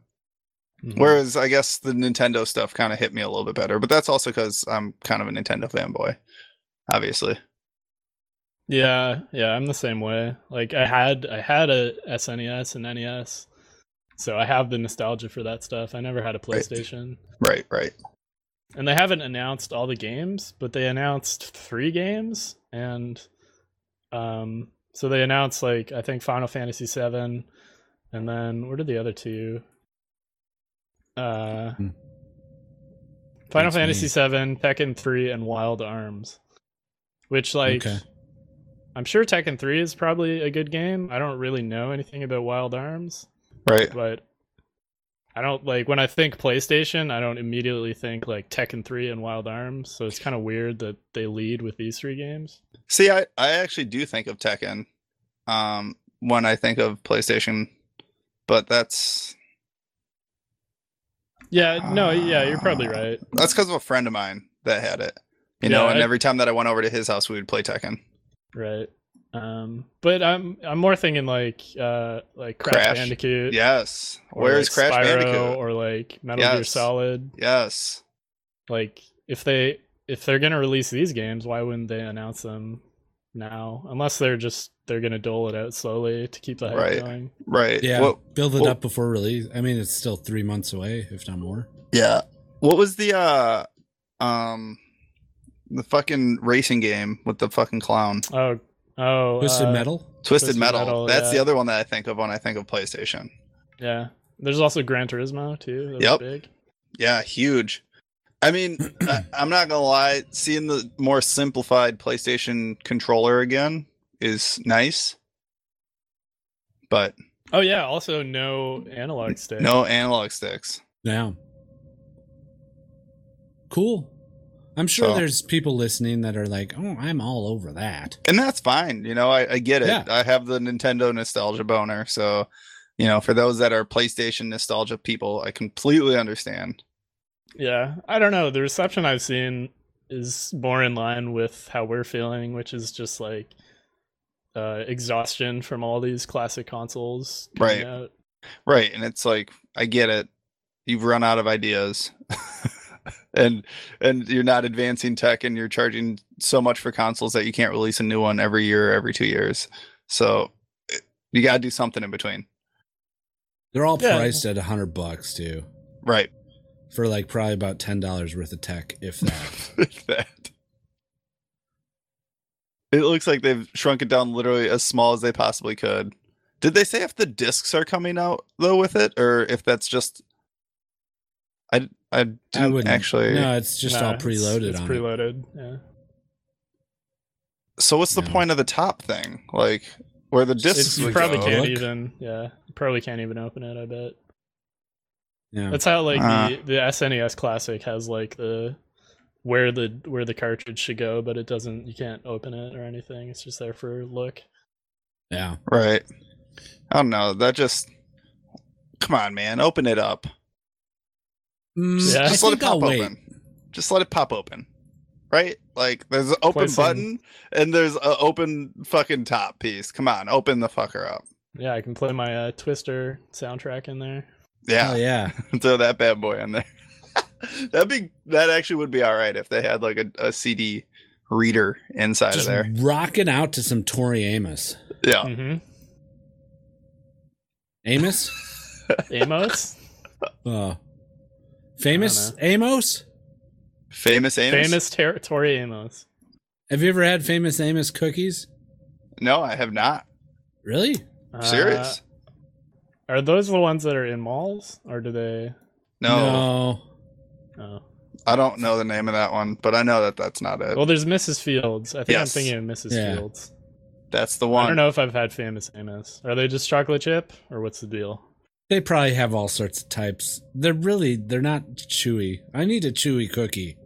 Speaker 3: Mhm.
Speaker 2: Whereas I guess the Nintendo stuff kind of hit me a little bit better, but that's also because I'm kind of a Nintendo fanboy, obviously.
Speaker 3: Yeah, yeah, I'm the same way. Like I had I had a E SNES and NES. So I have the nostalgia for that stuff. I never had a
Speaker 2: Right.
Speaker 3: PlayStation.
Speaker 2: Right, right.
Speaker 3: And they haven't announced all the games, but they announced three games and um so they announced like I think Final Fantasy 7 and then what are the other two? Uh
Speaker 1: Hmm.
Speaker 3: Final
Speaker 1: That's
Speaker 3: Fantasy
Speaker 1: me.
Speaker 3: 7, Tekken 3 and Wild Arms. Which like
Speaker 1: Okay.
Speaker 3: I'm sure Tekken 3 is probably a good game. I don't really know anything about Wild Arms,
Speaker 2: Right.
Speaker 3: but I don't like when I think PlayStation, I don't immediately think like Tekken 3 and Wild Arms. So it's kind of weird that they lead with these three games.
Speaker 2: See, I, I actually do think of Tekken um, when I think of PlayStation, but that's
Speaker 3: Yeah, no, yeah, you're probably
Speaker 2: Ah.
Speaker 3: right.
Speaker 2: that's because of a friend of mine that had it. You know,
Speaker 3: Yeah,
Speaker 2: and
Speaker 3: I-
Speaker 2: every time that I went over to his house, we would play Tekken.
Speaker 3: Right. Um but I'm I'm more thinking like uh like Crash,
Speaker 2: Crash.
Speaker 3: Bandicoot.
Speaker 2: Yes.
Speaker 3: or,
Speaker 2: Where's
Speaker 3: like,
Speaker 2: Crash
Speaker 3: Spyro
Speaker 2: Bandicoot?
Speaker 3: or like Metal Gear
Speaker 2: Yes.
Speaker 3: Solid?
Speaker 2: yes.
Speaker 3: Like if they if they're going to release these games, why wouldn't they announce them now, unless they're just they're gonna dole it out slowly to keep the hype
Speaker 2: Right.
Speaker 3: going.
Speaker 2: Right.
Speaker 1: Yeah,
Speaker 2: What,
Speaker 1: build it
Speaker 2: well-
Speaker 1: up before release. I mean, it's still three months away, if not more.
Speaker 2: yeah. What was the uh um the fucking racing game with the fucking clown?
Speaker 3: Oh, oh,
Speaker 1: Twisted
Speaker 3: uh,
Speaker 1: Metal.
Speaker 2: Twisted,
Speaker 3: Twisted
Speaker 2: Metal.
Speaker 3: Metal,
Speaker 2: That's
Speaker 3: yeah.
Speaker 2: the other one that I think of when I think of PlayStation.
Speaker 3: Yeah, there's also Gran Turismo too. That was
Speaker 2: Yep.
Speaker 3: big.
Speaker 2: Yeah, huge. I mean, I, I'm not gonna lie. Seeing the more simplified PlayStation controller again is nice, but
Speaker 3: Oh yeah, also no analog stick.
Speaker 2: no analog sticks.
Speaker 1: Now, cool. I'm sure
Speaker 2: So-
Speaker 1: there's people listening that are like, "Oh, I'm all over that."
Speaker 2: and that's fine you know i, I get it
Speaker 1: Yeah.
Speaker 2: i have the nintendo nostalgia boner so you know for those that are playstation nostalgia people i completely understand
Speaker 3: Yeah, I don't know. The reception I've seen is more in line with how we're feeling, which is just like uh, exhaustion from all these classic consoles. coming
Speaker 2: Right.
Speaker 3: out.
Speaker 2: right and it's like i get it you've run out of ideas and and you're not advancing tech and you're charging so much for consoles that you can't release a new one every year or every two years so it- you got to do something in between
Speaker 1: They're all
Speaker 3: Yeah.
Speaker 1: priced at a hundred bucks too,
Speaker 2: right
Speaker 1: for like probably about ten dollars worth of tech, if that.
Speaker 2: Like that. It looks like they've shrunk it down literally as small as they possibly could. Did they say if the discs are coming out though with it, or if that's just? I I didn't
Speaker 1: I wouldn't
Speaker 2: actually.
Speaker 1: No, it's just
Speaker 3: Nah,
Speaker 1: all
Speaker 3: it's-
Speaker 1: preloaded
Speaker 3: It's,
Speaker 1: on it.
Speaker 3: preloaded. Yeah.
Speaker 2: So what's the
Speaker 1: No.
Speaker 2: point of the top thing? Like where the
Speaker 1: It's-
Speaker 2: discs?
Speaker 1: you
Speaker 2: would
Speaker 3: you probably
Speaker 2: go.
Speaker 3: can't e-
Speaker 1: Look.
Speaker 3: even. Yeah, you probably can't even open it. I bet
Speaker 1: Yeah.
Speaker 3: that's how like
Speaker 2: Uh.
Speaker 3: the the SNES Classic has like the where the where the cartridge should go, but it doesn't. You can't open it or anything. It's just there for look.
Speaker 1: Yeah.
Speaker 2: Right. I don't know. That just. Come on, man! Open it up. Just,
Speaker 3: Yeah.
Speaker 1: Mm, I
Speaker 2: just let it
Speaker 1: think
Speaker 2: pop
Speaker 1: I'll
Speaker 2: open.
Speaker 1: wait.
Speaker 2: Just let it pop open. Right? Like there's an open
Speaker 3: some-
Speaker 2: button and there's an open fucking top piece. Come on, open the fucker up.
Speaker 3: Yeah, I can play my uh, Twister soundtrack in there.
Speaker 1: Yeah.
Speaker 2: Yeah.
Speaker 1: yeah.
Speaker 2: Throw that bad boy in there. That'd be that actually would be alright if they had like a, a CD reader inside
Speaker 1: Just
Speaker 2: of there.
Speaker 1: rocking out to some Tori Amos.
Speaker 2: Yeah.
Speaker 3: hmm
Speaker 1: Mm-hmm. Amos?
Speaker 3: Amos,
Speaker 1: Uh, famous
Speaker 3: know.
Speaker 1: Amos?
Speaker 2: Famous Amos?
Speaker 3: famous ter- Tori Amos.
Speaker 1: Have you ever had famous Amos cookies?
Speaker 2: No, I have not.
Speaker 1: Really?
Speaker 3: Uh,
Speaker 2: Serious.
Speaker 3: Are those the ones that are in malls, or do they?
Speaker 2: No, Uh,
Speaker 3: Oh.
Speaker 2: I don't know the name of that one, but I know that that's not it.
Speaker 3: Well, there's Mrs. Fields. I think
Speaker 2: Yes.
Speaker 3: I'm thinking of Mrs.
Speaker 1: Yeah.
Speaker 3: Fields.
Speaker 2: that's the
Speaker 3: I
Speaker 2: one.
Speaker 3: don't know if I've had Famous Amos. Are they just chocolate chip, or what's the deal?
Speaker 1: They probably have all sorts of types. They're really they're not chewy. I need a chewy cookie.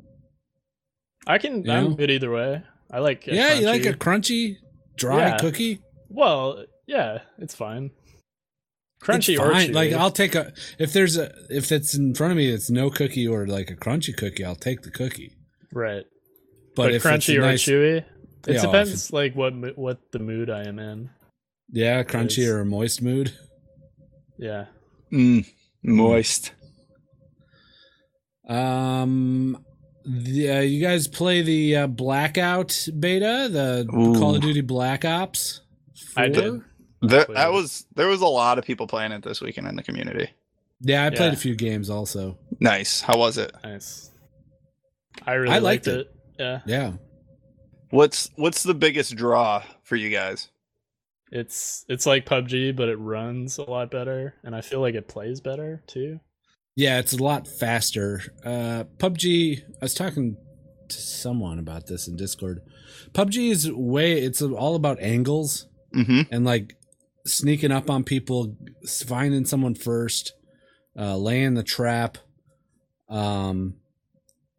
Speaker 3: I can.
Speaker 1: You
Speaker 3: I'm
Speaker 1: know?
Speaker 3: good either way. I like. a
Speaker 1: yeah, you like a
Speaker 3: crunchy-
Speaker 1: crunchy, dry
Speaker 3: Yeah.
Speaker 1: cookie?
Speaker 3: Well, yeah, it's fine. Crunchy
Speaker 1: It's
Speaker 3: or
Speaker 1: fine.
Speaker 3: chewy.
Speaker 1: like I'll take a if there's a if it's in front of me it's no cookie or like a crunchy cookie, I'll take the cookie.
Speaker 3: right,
Speaker 1: But,
Speaker 3: but,
Speaker 1: if it's
Speaker 3: crunchy
Speaker 1: a
Speaker 3: or
Speaker 1: nice,
Speaker 3: chewy. It
Speaker 1: Yeah, if
Speaker 3: depends,
Speaker 1: it's-
Speaker 3: like what mo- what the mood I am in.
Speaker 1: Yeah, crunchy
Speaker 3: is.
Speaker 1: or moist mood.
Speaker 3: Yeah.
Speaker 2: Mm,
Speaker 3: Hmm.
Speaker 2: moist.
Speaker 1: Um, the, uh, you guys play the uh, Blackout beta, the Call of Duty Black Ops.
Speaker 3: I
Speaker 1: four?
Speaker 3: did.
Speaker 2: There,
Speaker 3: Clearly.
Speaker 2: I was there was a lot of people playing it this weekend in the community.
Speaker 1: Yeah, I played
Speaker 3: Yeah.
Speaker 1: a few games also.
Speaker 2: Nice. How was it?
Speaker 3: Nice. I really
Speaker 1: I liked
Speaker 3: liked, it. Yeah.
Speaker 1: Yeah,
Speaker 2: What's what's the biggest draw for you guys?
Speaker 3: It's it's like PUBG, but it runs a lot better, and I feel like it plays better too.
Speaker 1: yeah, it's a lot faster. Uh, PUBG. I was talking to someone about this in Discord. PUBG is way. It's all about angles
Speaker 2: Mm-hmm.
Speaker 1: and like sneaking up on people, finding someone first, uh, laying the trap. Um,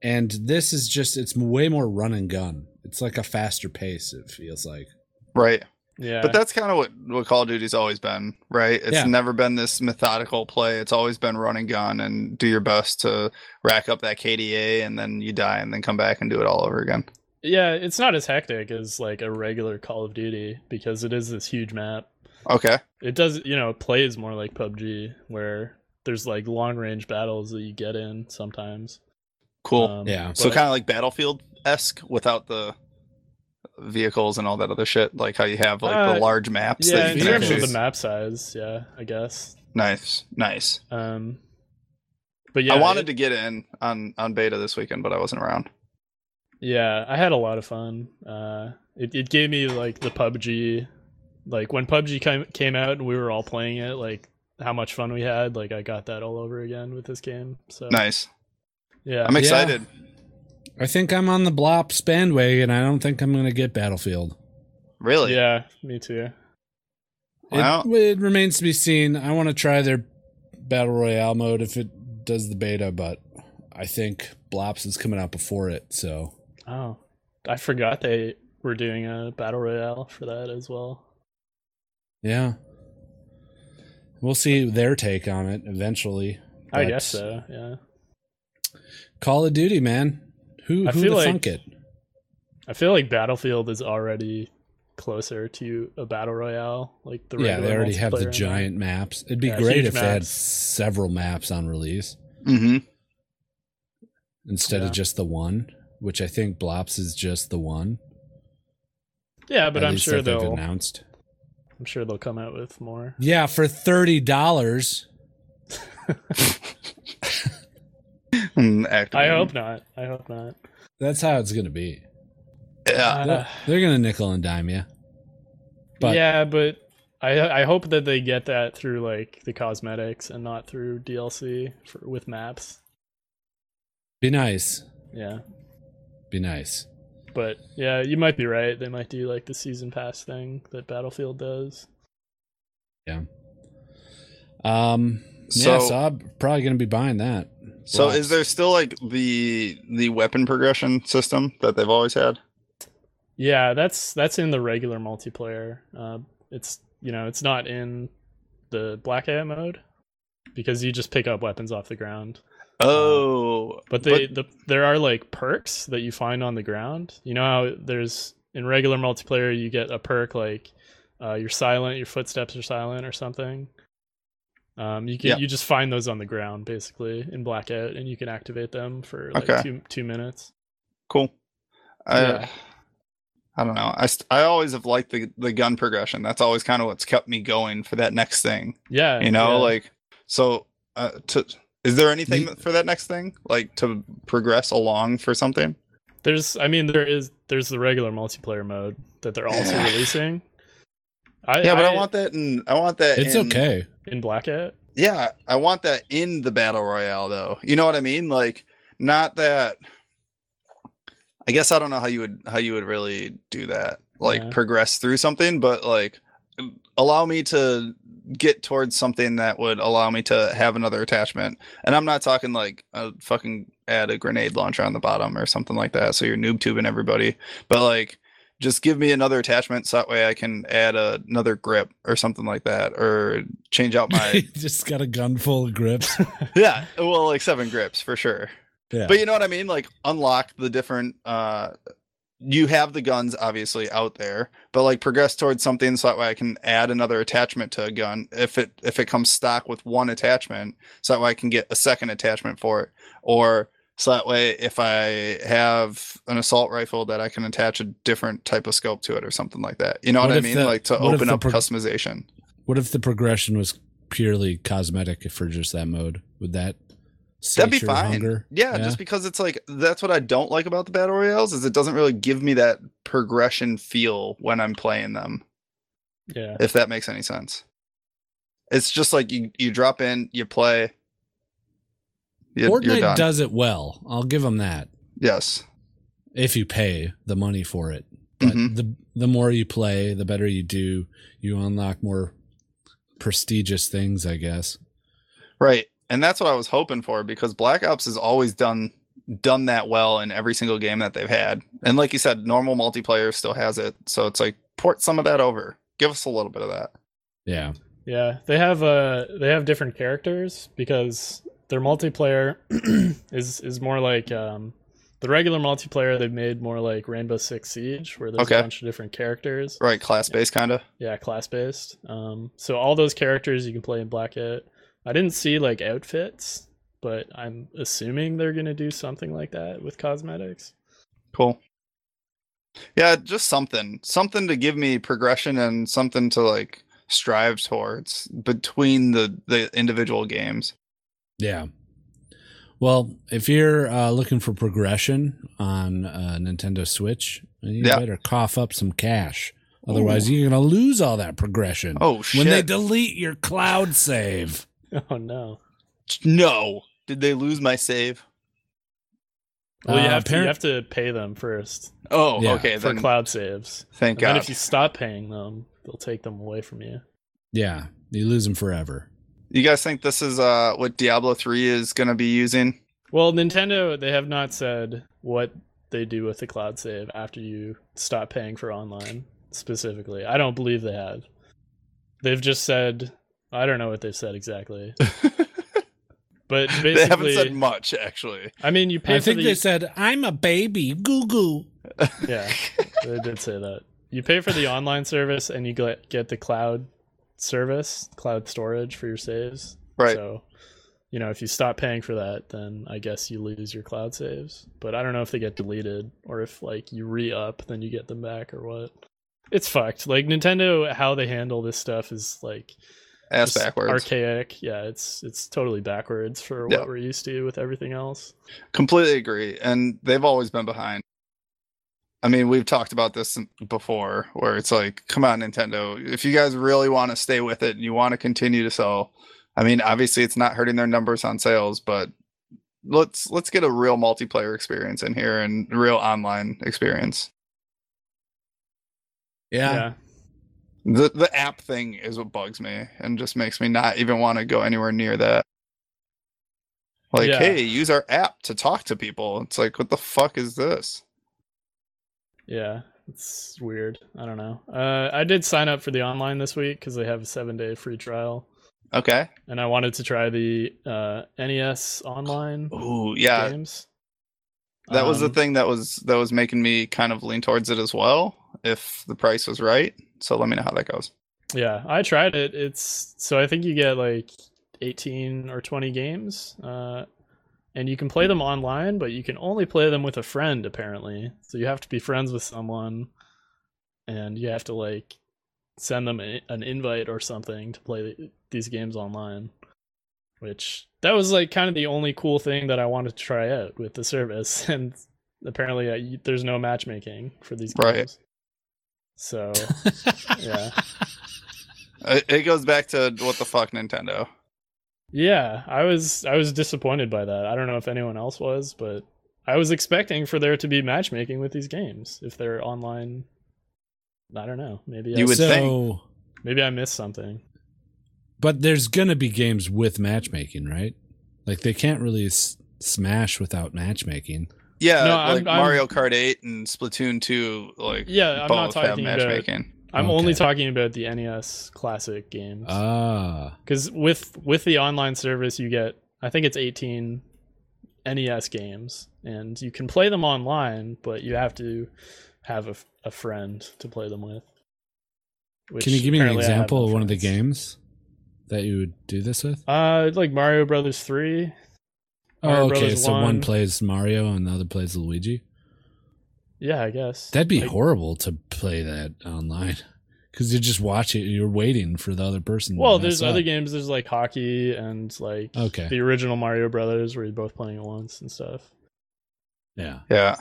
Speaker 1: and this is just it's way more run and gun. It's like a faster pace. It feels like
Speaker 2: Right.
Speaker 3: Yeah.
Speaker 2: But that's kind of what, what Call of Duty's always been, right? It's
Speaker 1: Yeah.
Speaker 2: never been this methodical play. It's always been run and gun and do your best to rack up that KDA and then you die and then come back and do it all over again.
Speaker 3: yeah, it's not as hectic as like a regular Call of Duty because it is this huge map.
Speaker 2: Okay.
Speaker 3: It does, you know, it plays more like PUBG where there's like long range battles that you get in sometimes.
Speaker 2: Cool.
Speaker 3: Um,
Speaker 1: Yeah.
Speaker 2: so
Speaker 3: but-
Speaker 2: kind of like Battlefield esque without the vehicles and all that other shit, like how you have like the
Speaker 3: Uh,
Speaker 2: large maps.
Speaker 3: yeah,
Speaker 2: that
Speaker 3: in
Speaker 2: you can
Speaker 3: terms of
Speaker 2: actually...
Speaker 3: the map size, yeah, I guess.
Speaker 2: Nice, nice.
Speaker 3: Um, but yeah,
Speaker 2: I wanted to get in on on beta this weekend, but I wasn't around.
Speaker 3: Yeah, I had a lot of fun. Uh, it it gave me like the PUBG, like when PUBG came came out and we were all playing it, like how much fun we had. Like I got that all over again with this game. So
Speaker 2: Nice.
Speaker 3: Uh, yeah,
Speaker 2: I'm
Speaker 1: Yeah.
Speaker 2: excited.
Speaker 1: I think I'm on the Blops bandwagon. I don't think I'm going to get Battlefield.
Speaker 2: Really?
Speaker 3: yeah, me too.
Speaker 1: It,
Speaker 2: Wow.
Speaker 1: it remains to be seen. I want to try their battle royale mode if it does the beta, but I think Blops is coming out before it. So
Speaker 3: Oh, I forgot they were doing a battle royale for that as well.
Speaker 1: yeah, we'll see their take on it eventually.
Speaker 3: I guess
Speaker 1: But
Speaker 3: so. Yeah,
Speaker 1: Call of Duty, man. Who
Speaker 3: I
Speaker 1: who
Speaker 3: feel
Speaker 1: would
Speaker 3: like-
Speaker 1: thunk it?
Speaker 3: I feel like Battlefield is already closer to a battle royale. Like the
Speaker 1: Yeah, they
Speaker 3: regular
Speaker 1: already have
Speaker 3: multiplayer
Speaker 1: the
Speaker 3: now.
Speaker 1: giant maps. It'd be
Speaker 3: Yeah,
Speaker 1: great
Speaker 3: huge
Speaker 1: if they had
Speaker 3: maps.
Speaker 1: several maps on release
Speaker 2: hmm
Speaker 1: instead
Speaker 3: Yeah.
Speaker 1: of just the one, which I think Blops is just the one.
Speaker 3: Yeah, but
Speaker 1: At
Speaker 3: I'm
Speaker 1: least
Speaker 3: sure
Speaker 1: that they've
Speaker 3: they'll.
Speaker 1: announced.
Speaker 3: I'm sure they'll come out with more.
Speaker 1: Yeah, for thirty dollars.
Speaker 2: Mm,
Speaker 3: I hope not. I hope not.
Speaker 1: That's how it's gonna be.
Speaker 2: Yeah.
Speaker 3: Uh,
Speaker 1: They're, they're gonna nickel and dime you. But
Speaker 3: yeah, but I I hope that they get that through like the cosmetics and not through DLC for, with maps.
Speaker 1: be nice.
Speaker 3: Yeah,
Speaker 1: Be nice.
Speaker 3: but yeah, you might be right. They might do like the season pass thing that Battlefield does.
Speaker 1: Um yeah,
Speaker 2: So-
Speaker 1: so I'm probably gonna be buying that.
Speaker 2: So
Speaker 1: Blocks.
Speaker 2: is there still like the the weapon progression system that they've always had?
Speaker 3: Yeah, that's that's in the regular multiplayer. Uh, it's you know it's not in the blackout mode because you just pick up weapons off the ground.
Speaker 2: Oh,
Speaker 3: Uh, But they the there are like perks that you find on the ground. You know how there's in regular multiplayer you get a perk like uh, you're silent, your footsteps are silent or something. Um, you can
Speaker 2: Yeah.
Speaker 3: you just find those on the ground basically in blackout, and you can activate them for like
Speaker 2: Okay.
Speaker 3: two two minutes.
Speaker 2: cool. I,
Speaker 3: Yeah.
Speaker 2: I don't know. I, st- I always have liked the the gun progression. That's always kind of what's kept me going for that next thing.
Speaker 3: Yeah,
Speaker 2: you know
Speaker 3: yeah.
Speaker 2: like so uh, to is there anything
Speaker 1: Ye-
Speaker 2: for that next thing like to progress along for something
Speaker 3: there's I mean there is there's the regular multiplayer mode that they're also releasing. I,
Speaker 2: yeah but i, want that in i want that
Speaker 1: It's
Speaker 2: in-
Speaker 1: okay.
Speaker 3: in blackout.
Speaker 2: yeah i want that in the battle royale though you know what i mean like not that i guess i don't know how you would how you would really do that like
Speaker 3: Yeah.
Speaker 2: progress through something but like allow me to get towards something that would allow me to have another attachment and i'm not talking like a fucking add a grenade launcher on the bottom or something like that so you're noob tubing everybody but like just give me another attachment so that way i can add a, another grip or something like that or change out my
Speaker 1: just got a gun full of grips.
Speaker 2: yeah well like seven grips for sure
Speaker 1: Yeah.
Speaker 2: but you know what i mean like unlock the different uh you have the guns obviously out there but like progress towards something so that way i can add another attachment to a gun if it if it comes stock with one attachment so that way i can get a second attachment for it or so that way if i have an assault rifle that i can attach a different type of scope to it or something like that you know what,
Speaker 1: What
Speaker 2: i
Speaker 1: if
Speaker 2: mean
Speaker 1: the-
Speaker 2: like to
Speaker 1: what if
Speaker 2: open
Speaker 1: the
Speaker 2: up
Speaker 1: pro-
Speaker 2: customization
Speaker 1: what if the progression was purely cosmetic for just that mode? Would that
Speaker 2: That'd be
Speaker 1: sate your
Speaker 2: fine.
Speaker 1: hunger?
Speaker 2: Yeah, just because it's like that's what I don't like about the battle royales is it doesn't really give me that progression feel when I'm playing them.
Speaker 3: Yeah.
Speaker 2: If that makes any sense, it's just like you you drop in, you play. You, you're
Speaker 1: Fortnite
Speaker 2: done.
Speaker 1: does it well. I'll give them that.
Speaker 2: yes,
Speaker 1: if you pay the money for it. But
Speaker 2: Mhm.
Speaker 1: the the more you play, the better you do. You unlock more prestigious things, I guess.
Speaker 2: right, and that's what I was hoping for because Black Ops has always done done that well in every single game that they've had, and like you said, normal multiplayer still has it, so it's like port some of that over, give us a little bit of that.
Speaker 1: Yeah.
Speaker 3: Yeah, they have uh they have different characters because their multiplayer is is more like um the regular multiplayer they've made more like Rainbow Six Siege where there's
Speaker 2: Okay.
Speaker 3: a bunch of different characters.
Speaker 2: Right, class based kind of.
Speaker 3: Yeah, class based. Um so all those characters you can play in Blackout. I didn't see like outfits, but I'm assuming they're going to do something like that with cosmetics.
Speaker 2: Cool. Yeah, just something, something to give me progression and something to like strive towards between the the individual games.
Speaker 1: Yeah. Well, if you're uh, looking for progression on uh, Nintendo Switch, you
Speaker 2: Yeah.
Speaker 1: better cough up some cash. Otherwise, you're going to lose all that progression
Speaker 2: Oh shit!
Speaker 1: when they delete your cloud save.
Speaker 3: Oh no.
Speaker 2: no, did they lose my save?
Speaker 3: Well, you
Speaker 1: Uh,
Speaker 3: have to you
Speaker 1: apparent-
Speaker 3: have to pay them first
Speaker 2: Oh,
Speaker 1: Yeah,
Speaker 2: okay.
Speaker 3: for
Speaker 2: Then,
Speaker 3: cloud saves.
Speaker 2: thank
Speaker 3: And then
Speaker 2: God.
Speaker 3: if you stop paying them, they'll take them away from you.
Speaker 1: Yeah, you lose them forever.
Speaker 2: You guys think this is uh what Diablo 3 is going to be using?
Speaker 3: Well, Nintendo they have not said what they do with the cloud save after you stop paying for online specifically. I don't believe they have. They've just said I don't know what they've said exactly. But basically
Speaker 2: they haven't said much actually.
Speaker 3: I mean you pay
Speaker 1: I
Speaker 3: for
Speaker 1: think
Speaker 3: the
Speaker 1: they said, I'm a baby. Goo goo.
Speaker 3: Yeah, they did say that. You pay for the online service and you get get the cloud service, cloud storage for your saves.
Speaker 2: Right.
Speaker 3: So, you know, if you stop paying for that, then I guess you lose your cloud saves. But I don't know if they get deleted or if like you re up, then you get them back or what. It's fucked. Like Nintendo, how they handle this stuff is like
Speaker 2: Ass
Speaker 3: just
Speaker 2: backwards.
Speaker 3: archaic. Yeah, it's it's totally backwards for
Speaker 2: Yeah.
Speaker 3: what we're used to with everything else.
Speaker 2: Completely agree. And they've always been behind. I mean, we've talked about this before where it's like, come on, Nintendo. If you guys really want to stay with it and you want to continue to sell, I mean, obviously it's not hurting their numbers on sales, but let's let's get a real multiplayer experience in here and real online experience.
Speaker 1: yeah.
Speaker 2: The the app thing is what bugs me and just makes me not even want to go anywhere near that. Like,
Speaker 3: Yeah.
Speaker 2: hey, use our app to talk to people. It's like, what the fuck is this?
Speaker 3: Yeah, it's weird. I don't know. Uh, I did sign up for the online this week because they have a seven day free trial,
Speaker 2: Okay.
Speaker 3: and I wanted to try the uh, NES online
Speaker 2: Ooh, Oh, yeah.
Speaker 3: games.
Speaker 2: That was the
Speaker 3: Um,
Speaker 2: thing that was that was making me kind of lean towards it as well, if the price was right. So let me know how that goes.
Speaker 3: Yeah, I tried it. It's so I think you get like eighteen or twenty games, uh, and you can play them online, but you can only play them with a friend apparently. So you have to be friends with someone, and you have to like send them a, an invite or something to play th- these games online. Which that was like kind of the only cool thing that I wanted to try out with the service, and apparently uh, you, there's no matchmaking for these games.
Speaker 2: Right.
Speaker 3: So yeah.
Speaker 2: It, Uh, it goes back to what the fuck Nintendo.
Speaker 3: Yeah, I was I was disappointed by that. I don't know if anyone else was, but I was expecting for there to be matchmaking with these games if they're online. I don't know. Maybe I,
Speaker 2: You would
Speaker 1: so,
Speaker 2: think.
Speaker 3: maybe I missed something.
Speaker 1: but there's going to be games with matchmaking, right? Like they can't release Smash without matchmaking.
Speaker 2: Yeah,
Speaker 3: No, I'm-
Speaker 2: like
Speaker 3: I'm-
Speaker 2: Mario Kart 8 and Splatoon 2, like
Speaker 3: Yeah, I'm not
Speaker 2: both have
Speaker 3: talking about.
Speaker 2: matchmaking.
Speaker 3: I'm only
Speaker 1: Okay.
Speaker 3: talking about the NES classic games
Speaker 1: Ah.
Speaker 3: because with with the online service you get I think it's 18 NES games and you can play them online, but you have to have a, f- a friend to play them with.
Speaker 1: Can you give me an example of one of the
Speaker 3: games?
Speaker 1: games that you would do this with?
Speaker 3: Uh, like Mario Brothers three. Mario
Speaker 1: Oh, okay.
Speaker 3: Brothers
Speaker 1: So one
Speaker 3: 1.
Speaker 1: plays Mario and the other plays Luigi.
Speaker 3: Yeah, I guess
Speaker 1: That'd be
Speaker 3: Like,
Speaker 1: horrible to play that online because you just watch it. You're waiting for the other person. to
Speaker 3: Well,
Speaker 1: mess
Speaker 3: there's
Speaker 1: up.
Speaker 3: other games. There's like hockey and like
Speaker 1: Okay.
Speaker 3: the original Mario Brothers where you're both playing at once and stuff.
Speaker 1: Yeah.
Speaker 2: Yeah.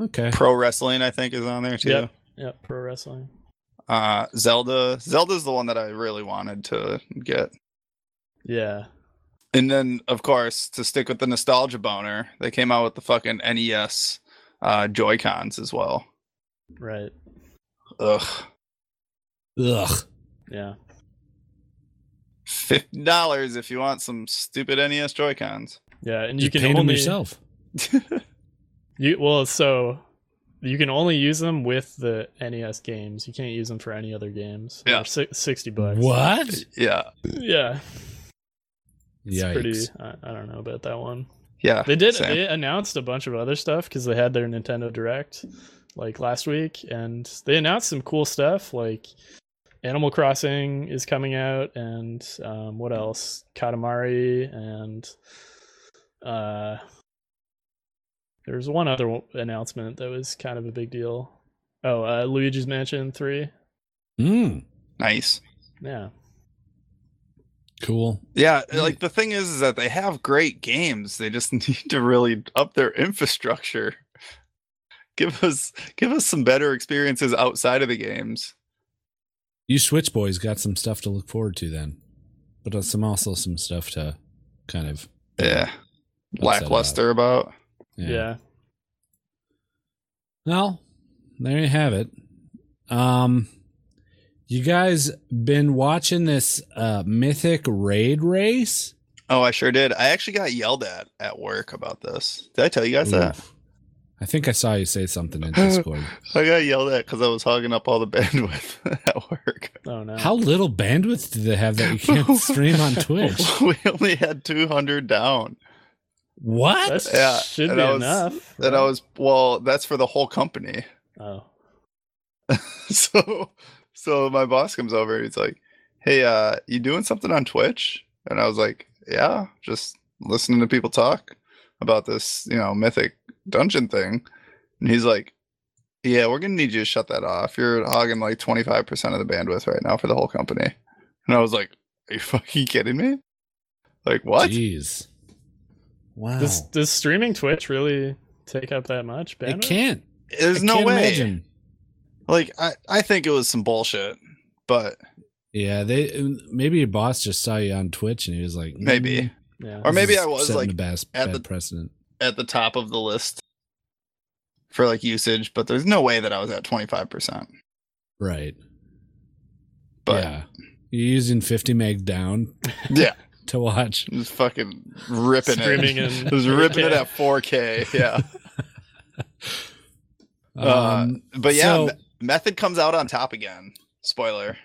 Speaker 1: Okay.
Speaker 2: Pro wrestling I think is on there too.
Speaker 3: Yep. Yep. Pro wrestling.
Speaker 2: Uh Zelda Zelda's the one that I really wanted to get.
Speaker 3: Yeah.
Speaker 2: And then, of course, to stick with the nostalgia boner, they came out with the fucking NES uh, Joy Cons as well.
Speaker 3: Right.
Speaker 2: Ugh,
Speaker 1: Ugh.
Speaker 3: Yeah.
Speaker 2: fifty dollars if you want some stupid E NES Joy Cons.
Speaker 3: Yeah. And
Speaker 1: You
Speaker 3: you
Speaker 1: just
Speaker 3: can
Speaker 1: can paint
Speaker 3: only
Speaker 1: them yourself.
Speaker 3: You well, so you can only use them with the NES games. You can't use them for any other games.
Speaker 2: Yeah.
Speaker 3: They're si- sixty bucks.
Speaker 1: What?
Speaker 2: yeah,
Speaker 3: Yeah. It's
Speaker 1: Yikes.
Speaker 3: pretty. I, I don't know about that one.
Speaker 2: yeah,
Speaker 3: They did.
Speaker 2: same.
Speaker 3: They announced a bunch of other stuff because they had their Nintendo Direct like last week, and they announced some cool stuff like Animal Crossing is coming out, and um, what else? Katamari and uh, There was one other w- announcement that was kind of a big deal. Oh, uh, Luigi's Mansion Three.
Speaker 1: Mm,
Speaker 2: Nice.
Speaker 3: Yeah,
Speaker 1: cool.
Speaker 2: Yeah,
Speaker 1: Yeah.
Speaker 2: like the thing is, is that they have great games. They just need to really up their infrastructure. Give us give us some better experiences outside of the games.
Speaker 1: You Switch boys got some stuff to look forward to then, but uh, some also some stuff to kind of
Speaker 2: Yeah.
Speaker 1: upset
Speaker 2: Lackluster about.
Speaker 1: about.
Speaker 3: yeah.
Speaker 1: Well, there you have it. Um, you guys been watching this uh, mythic raid race?
Speaker 2: Oh, I sure did. I actually got yelled at at work about this. Did I tell you guys
Speaker 3: Mm.
Speaker 2: that?
Speaker 1: Oof. I think I saw you say something in Discord.
Speaker 2: I got yelled at because I was hogging up all the bandwidth at work.
Speaker 3: Oh no.
Speaker 1: How little bandwidth do they have that you can't stream on Twitch?
Speaker 2: we only had 200 down.
Speaker 1: What?
Speaker 3: that
Speaker 2: Yeah,
Speaker 3: should
Speaker 2: and
Speaker 3: be
Speaker 2: I was-
Speaker 3: enough.
Speaker 2: And I
Speaker 3: right?
Speaker 2: was, well, that's for the whole company.
Speaker 3: Oh.
Speaker 2: so so my boss comes over and he's like hey uh you doing something on twitch and i was like yeah just listening to people talk about this you know mythic dungeon thing and he's like yeah we're gonna need you to shut that off you're hogging like 25% of the bandwidth right now for the whole company and i was like are you fucking kidding me like what
Speaker 1: Jeez. Wow.
Speaker 3: Does does streaming Twitch really take up that much?
Speaker 1: it
Speaker 3: bandwidth?
Speaker 1: can't.
Speaker 2: there's
Speaker 1: I
Speaker 2: no
Speaker 1: can't
Speaker 2: way
Speaker 1: Imagine.
Speaker 2: like I, I think it was some bullshit but
Speaker 1: Yeah, they maybe your boss just saw you on Twitch and he was like,
Speaker 2: Maybe.
Speaker 1: "Mm,
Speaker 3: Yeah.
Speaker 2: Or
Speaker 1: this
Speaker 2: maybe
Speaker 1: is
Speaker 2: I was,
Speaker 1: setting
Speaker 2: like,
Speaker 1: the best
Speaker 2: at
Speaker 1: bad
Speaker 2: the-
Speaker 1: precedent.
Speaker 2: at the top of the list for like usage, but there's no way that I was at 25%.
Speaker 1: Right.
Speaker 2: But yeah,
Speaker 1: yeah. You're using 50 meg down to watch.
Speaker 2: just fucking ripping
Speaker 3: Streaming
Speaker 2: it.
Speaker 3: in
Speaker 2: Just ripping it
Speaker 3: 4K.
Speaker 2: at 4K. Yeah.
Speaker 1: Um,
Speaker 2: Uh, but yeah,
Speaker 1: so-
Speaker 2: Me- Method comes out on top again. Spoiler.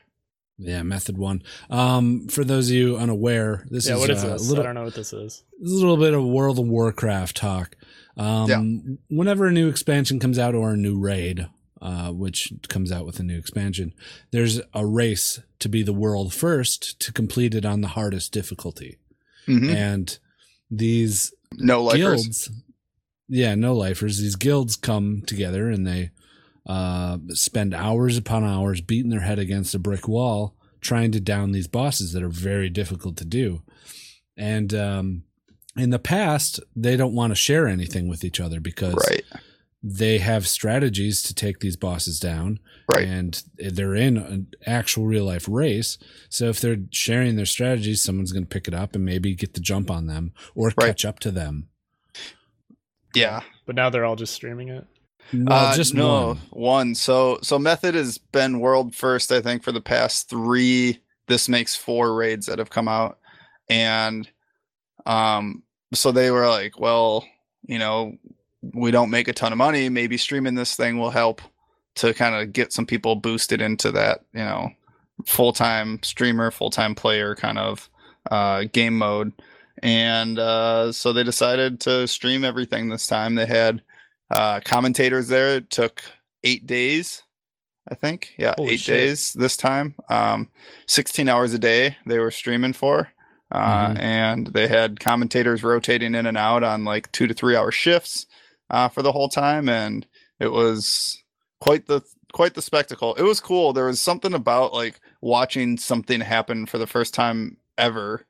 Speaker 1: yeah, method one. Um, for those of you unaware, this
Speaker 3: yeah.
Speaker 1: is,
Speaker 3: What is
Speaker 1: uh,
Speaker 3: this?
Speaker 1: A
Speaker 3: I
Speaker 1: little,
Speaker 3: don't know what this is.
Speaker 1: this is a little bit of World of Warcraft talk. Um, Whenever a new expansion comes out or a new raid, uh, which comes out with a new expansion, there's a race to be the world first to complete it on the hardest difficulty.
Speaker 3: Hmm.
Speaker 2: Mhm.
Speaker 1: And these
Speaker 2: No lifers.
Speaker 1: guilds yeah no lifers these guilds come together and they uh, spend hours upon hours beating their head against a brick wall trying to down these bosses that are very difficult to do and um, in the past they don't want to share anything with each other because
Speaker 2: Right.
Speaker 1: they have strategies to take these bosses down
Speaker 2: Right.
Speaker 1: and they're in an actual real life race so if they're sharing their strategies someone's going to pick it up and maybe get the jump on them or
Speaker 2: Right.
Speaker 1: catch up to them
Speaker 2: Yeah.
Speaker 3: But now they're all just streaming it.
Speaker 1: No,
Speaker 2: Uh,
Speaker 1: just
Speaker 2: no,
Speaker 1: one.
Speaker 2: one. So so Method has been world first, I think, for the past three. This makes four raids that have come out, and um, so they were like, well, you know, we don't make a ton of money. Maybe streaming this thing will help to kind of get some people boosted into that, you know, full time streamer, full time player kind of uh, game mode. And uh, so they decided to stream everything this time. They had uh, commentators there. It took eight days, I think. Yeah,
Speaker 3: Holy
Speaker 2: eight
Speaker 3: shit.
Speaker 2: days this time. Um, 16 hours a day they were streaming for. Uh,
Speaker 1: Mhm.
Speaker 2: And they had commentators rotating in and out on like two to three hour shifts uh, for the whole time. And it was quite the quite the spectacle. It was cool. There was something about like watching something happen for the first time ever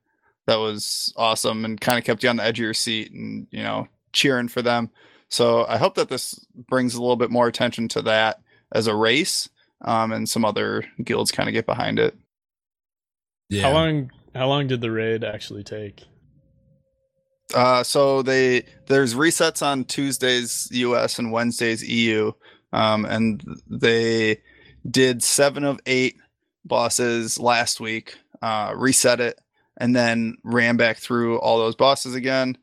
Speaker 2: that was awesome and kind of kept you on the edge of your seat and you know cheering for them. So I hope that this brings a little bit more attention to that as a race, um, and some other guilds kind of get behind it.
Speaker 1: Yeah.
Speaker 3: How long? How long did the raid actually take?
Speaker 2: Uh, so they there's resets on Tuesdays US and Wednesdays EU, um, and they did seven of eight bosses last week. Uh, reset it and then ran back through all those bosses again,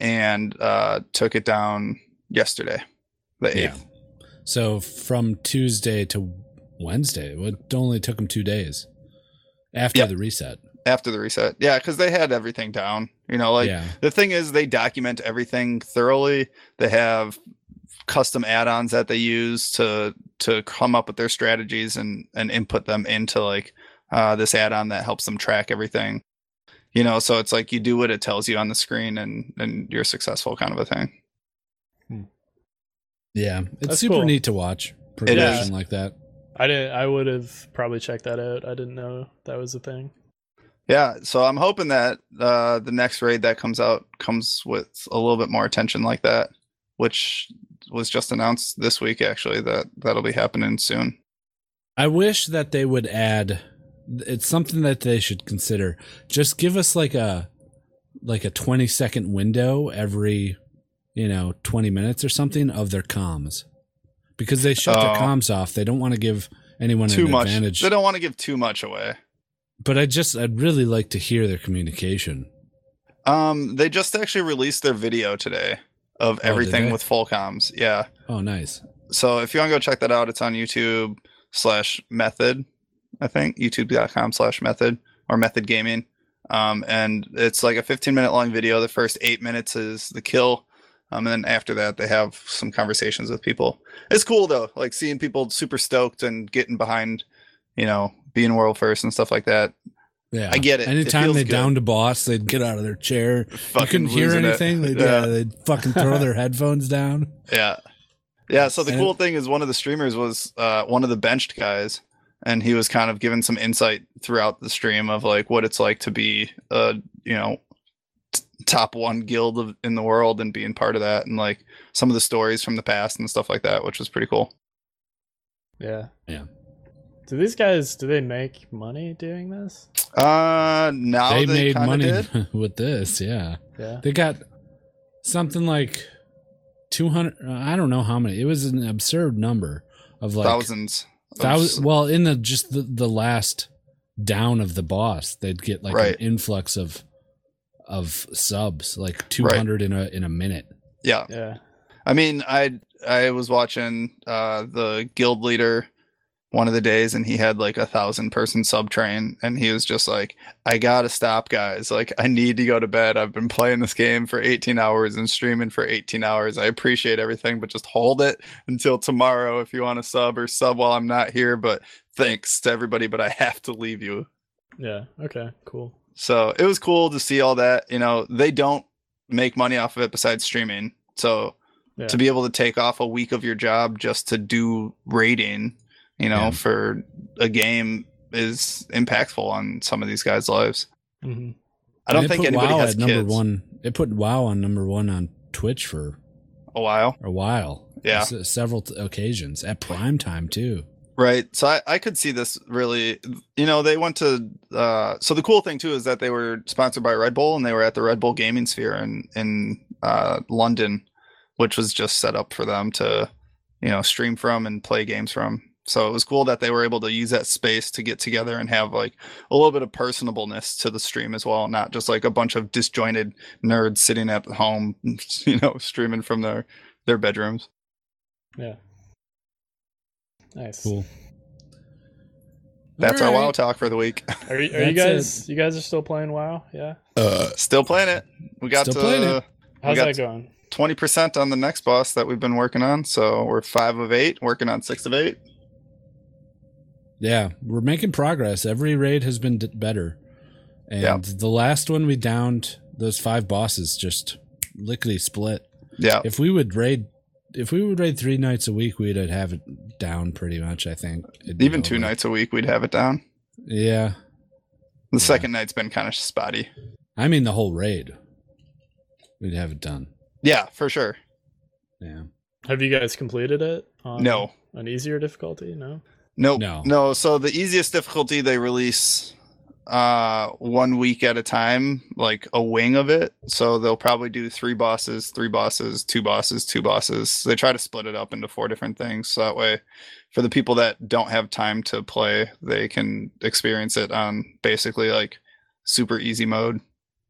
Speaker 2: and uh, took it down yesterday, the
Speaker 1: Yeah.
Speaker 2: eighth.
Speaker 1: So from Tuesday to Wednesday, it only took them two days after
Speaker 2: Yep.
Speaker 1: the reset.
Speaker 2: After the reset, yeah, because they had everything down. You know, like
Speaker 1: yeah.
Speaker 2: The thing is, they document everything thoroughly. They have custom add-ons that they use to to come up with their strategies and and input them into like uh, this add-on that helps them track everything. You know, so it's like you do what it tells you on the screen, and and you're successful, kind of a thing.
Speaker 1: Yeah, it's
Speaker 3: That's
Speaker 1: super
Speaker 3: cool.
Speaker 1: neat to watch progression
Speaker 2: is.
Speaker 1: like that.
Speaker 3: I didn't. I would have probably checked that out. I didn't know that was a thing.
Speaker 2: Yeah, so I'm hoping that uh, the next raid that comes out comes with a little bit more attention like that, which was just announced this week. Actually, that that'll be happening soon.
Speaker 1: I wish that they would add. It's something that they should consider. Just give us like a like a twenty second window every you know twenty minutes or something of their comms because they shut their
Speaker 2: Oh.
Speaker 1: comms off. They don't want to give anyone
Speaker 2: too
Speaker 1: an
Speaker 2: much.
Speaker 1: advantage.
Speaker 2: They don't want to give too much away.
Speaker 1: But I just I'd really like to hear their communication.
Speaker 2: Um, they just actually released their video today of
Speaker 1: Oh, did
Speaker 2: everything
Speaker 1: they?
Speaker 2: with full comms. Yeah.
Speaker 1: Oh, nice.
Speaker 2: So if you want to go check that out, it's on YouTube slash method, I think youtube.com slash method or method gaming. Um, and it's like a 15 minute long video. The first eight minutes is the kill. Um, and then after that, they have some conversations with people. It's cool though, like seeing people super stoked and getting behind, you know, being world first and stuff like that.
Speaker 1: Yeah,
Speaker 2: I get it. It
Speaker 1: Anytime
Speaker 2: feels
Speaker 1: they
Speaker 2: good.
Speaker 1: down to boss, they'd get out of their chair. You
Speaker 2: Fucking
Speaker 1: couldn't hear
Speaker 2: losing it.
Speaker 1: anything. They'd, yeah, they'd fucking throw their headphones down.
Speaker 2: Yeah. Yeah. So the
Speaker 1: And-
Speaker 2: cool thing is one of the streamers was uh, one of the benched guys, and he was kind of giving some insight throughout the stream of like what it's like to be a you know t- top one guild of, in the world and being part of that, and like some of the stories from the past and stuff like that, which was pretty cool.
Speaker 3: Yeah.
Speaker 1: Yeah.
Speaker 3: Do these guys? Do they make money doing this?
Speaker 2: Uh, now
Speaker 1: they,
Speaker 2: they,
Speaker 1: made
Speaker 2: kinda
Speaker 1: money
Speaker 2: Did.
Speaker 1: with this. Yeah,
Speaker 3: Yeah.
Speaker 1: they got something like two hundred. I don't know how many. It was an absurd number of like
Speaker 2: thousands. of s-
Speaker 1: Thousand, well, in the just the, the last down of the boss, they'd get like an
Speaker 2: Right.
Speaker 1: influx of of subs, like two hundred in a in a minute.
Speaker 2: yeah.
Speaker 3: Yeah.
Speaker 2: I mean, I I was watching uh the guild leader one of the days and he had like a thousand person sub train and he was just like, I gotta stop guys. Like I need to go to bed. I've been playing this game for 18 hours and streaming for 18 hours. I appreciate everything, but just hold it until tomorrow if you want to sub or sub while I'm not here. But thanks to everybody, but I have to leave you.
Speaker 3: Yeah. Okay. Cool.
Speaker 2: So it was cool to see all that. You know, they don't make money off of it besides streaming. So
Speaker 3: Yeah.
Speaker 2: to be able to take off a week of your job just to do rating, you know,
Speaker 1: Yeah.
Speaker 2: for a game is impactful on some of these guys' lives.
Speaker 3: hmm
Speaker 2: I
Speaker 1: And
Speaker 2: don't
Speaker 1: it
Speaker 2: think
Speaker 1: put
Speaker 2: anybody
Speaker 1: WoW
Speaker 2: has
Speaker 1: at number
Speaker 2: kids.
Speaker 1: one. It put WoW on number one on Twitch for
Speaker 2: A while.
Speaker 1: a while.
Speaker 2: Yeah.
Speaker 1: S- several t- occasions at prime time too.
Speaker 2: Right. So I, I could see this really, you know, they went to, uh, so the cool thing too is that they were sponsored by Red Bull and they were at the Red Bull Gaming Sphere in, in uh, London, which was just set up for them to, you know, stream from and play games from. So it was cool that they were able to use that space to get together and have like a little bit of personableness to the stream as well, not just like a bunch of disjointed nerds sitting at home, you know, streaming from their their bedrooms.
Speaker 3: Yeah. Nice.
Speaker 1: Cool.
Speaker 2: That's our
Speaker 1: Alright.
Speaker 2: WoW talk for the week.
Speaker 3: Are, you- are you
Speaker 1: That's
Speaker 3: guys? You guys are still playing Wow? Yeah.
Speaker 1: Uh,
Speaker 2: Still playing it. We got
Speaker 1: Still
Speaker 2: to
Speaker 1: playing it.
Speaker 3: How's
Speaker 2: got
Speaker 3: that going?
Speaker 2: twenty percent on the next boss that we've been working on. So we're five of eight, working on six of eight.
Speaker 1: Yeah, we're making progress. Every raid has been d- better, and
Speaker 2: Yeah.
Speaker 1: the last one we downed those five bosses just lickety split.
Speaker 2: Yeah,
Speaker 1: If we would raid, if we would raid three nights a week, we'd have it down pretty much. I think It'd be
Speaker 2: even two
Speaker 1: over.
Speaker 2: nights a week we'd have it down.
Speaker 1: Yeah,
Speaker 2: The second night's been kind of spotty.
Speaker 1: I mean the whole raid, we'd have it done.
Speaker 2: Yeah, for sure.
Speaker 1: Yeah,
Speaker 3: Have you guys completed it? On
Speaker 2: No.
Speaker 3: An easier difficulty? No.
Speaker 2: Nope.
Speaker 1: No.
Speaker 2: No. No. So the easiest difficulty they release uh one week at a time, like a wing of it. So they'll probably do three bosses, three bosses, two bosses, two bosses. They try to split it up into four different things. So that way for the people that don't have time to play, they can experience it on basically like super easy mode.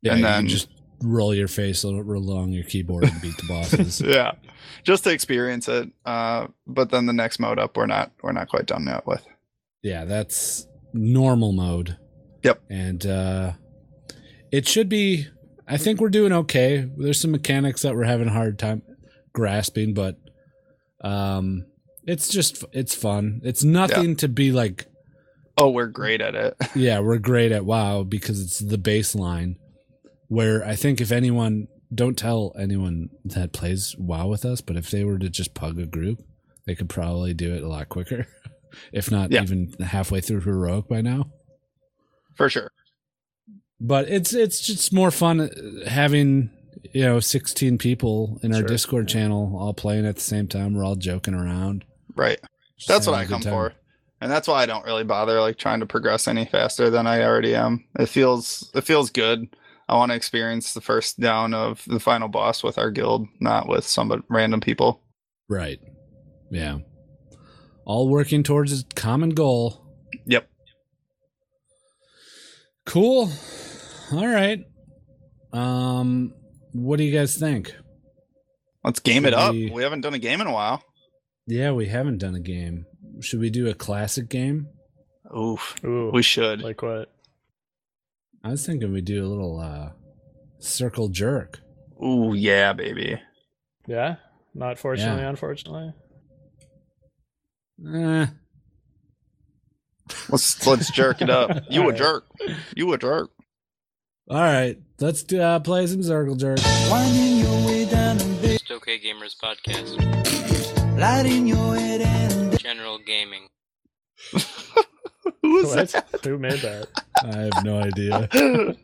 Speaker 1: yeah.
Speaker 2: And
Speaker 1: you
Speaker 2: then-
Speaker 1: just roll your face al- along your keyboard and beat the bosses.
Speaker 2: yeah. Just to experience it. Uh but then the next mode up we're not we're not quite done yet with.
Speaker 1: yeah, that's normal mode.
Speaker 2: Yep.
Speaker 1: And uh it should be I think we're doing okay. There's some mechanics that we're having a hard time grasping, but um it's just it's fun. It's nothing to be like,
Speaker 2: Oh, we're great at it.
Speaker 1: yeah, we're great at WoW because it's the baseline. Where I think if anyone don't tell anyone that plays WoW with us, but if they were to just pug a group, they could probably do it a lot quicker, if not
Speaker 2: Yeah.
Speaker 1: even halfway through heroic by now.
Speaker 2: for sure.
Speaker 1: But it's it's just more fun uh, having you know 16 people in our
Speaker 3: Sure.
Speaker 1: Discord channel all playing at the same time. We're all joking around.
Speaker 2: Right.
Speaker 1: Just
Speaker 2: That's what I
Speaker 1: having a
Speaker 2: come
Speaker 1: good time.
Speaker 2: for. And that's why I don't really bother like trying to progress any faster than I already am. It feels it feels good. I want to experience the first down of the final boss with our guild, not with some random people.
Speaker 1: Right. Yeah. All working towards a common goal.
Speaker 2: Yep.
Speaker 1: Cool. All right. Um what do you guys think?
Speaker 2: Let's game it
Speaker 1: Should
Speaker 2: up.
Speaker 1: we-
Speaker 2: We haven't done a game in a while.
Speaker 1: Yeah, we haven't done a game. Should we do a classic game?
Speaker 2: Oof.
Speaker 3: Ooh,
Speaker 2: We should.
Speaker 3: like what?
Speaker 1: I was thinking we do a little uh circle jerk.
Speaker 2: Ooh, yeah, baby.
Speaker 3: Yeah, not fortunately,
Speaker 1: Yeah.
Speaker 3: unfortunately.
Speaker 1: Eh,
Speaker 2: Let's let's jerk it up. You a
Speaker 3: Alright.
Speaker 2: jerk. You a jerk.
Speaker 1: all right. Let's do, uh, play some circle jerk.
Speaker 4: Winding your way down in bed,
Speaker 6: Just Okay Gamers Podcast.
Speaker 4: lighting your head and
Speaker 6: General gaming.
Speaker 2: Who is
Speaker 3: What? Who made that?
Speaker 1: I have no idea.
Speaker 2: that?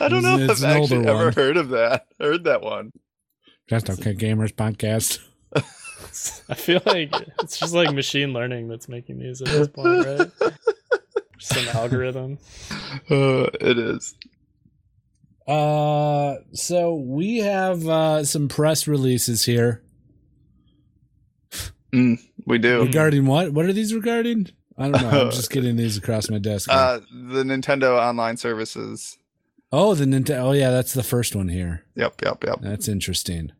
Speaker 2: I don't know if
Speaker 1: It's
Speaker 2: I've
Speaker 1: an older
Speaker 2: actually ever
Speaker 1: one.
Speaker 2: heard of that. Heard that one.
Speaker 1: Just okay gamers podcast.
Speaker 3: I feel like it's just like machine learning that's making these at this point, right? Just an algorithm.
Speaker 2: Uh, it is.
Speaker 1: Uh, so we have uh some press releases here.
Speaker 2: We do.
Speaker 1: Regarding what? What are these regarding? I don't know. I'm just getting these across my desk. here.
Speaker 2: Uh, the Nintendo online services.
Speaker 1: oh, the Nintendo. Oh, yeah, that's the first one here.
Speaker 2: Yep, yep, yep.
Speaker 1: That's interesting.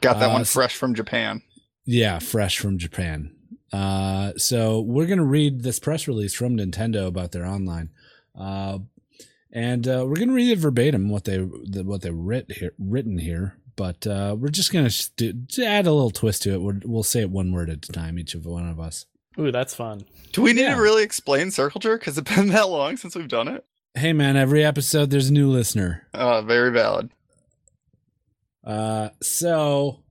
Speaker 2: Got that
Speaker 1: Uh,
Speaker 2: one
Speaker 1: s-
Speaker 2: fresh from Japan.
Speaker 1: Yeah, fresh from Japan. Uh, so we're gonna read this press release from Nintendo about their online, uh, and uh, we're gonna read it verbatim what they the, what they writ here, written here. But uh, we're just gonna s- do, to add a little twist to it. We're, we'll say it one word at a time, each of one of us.
Speaker 3: Ooh, that's fun.
Speaker 2: Do we need
Speaker 1: yeah.
Speaker 2: to really explain Circle Jerk? Has it been that long since we've done it?
Speaker 1: Hey, man! Every episode, there's a new listener.
Speaker 2: Uh, very valid.
Speaker 1: Uh, so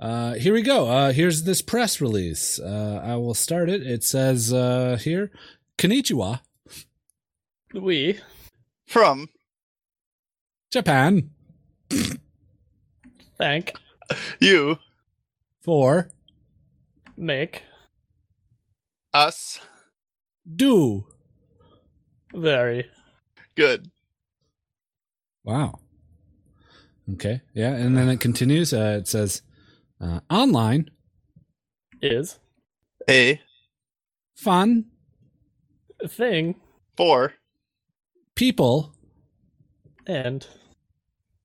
Speaker 1: uh, here we go. Uh, here's this press release. Uh, I will start it. It says uh, here, Konnichiwa,
Speaker 3: We
Speaker 2: From
Speaker 1: Japan,
Speaker 3: thank
Speaker 2: you,
Speaker 1: for
Speaker 3: Nick
Speaker 2: us,
Speaker 1: do.
Speaker 3: very
Speaker 2: good.
Speaker 1: Wow. Okay. Yeah. And then it continues. Uh, it says, uh, online,
Speaker 3: is
Speaker 2: A,
Speaker 1: fun,
Speaker 3: thing
Speaker 2: four,
Speaker 1: people,
Speaker 3: and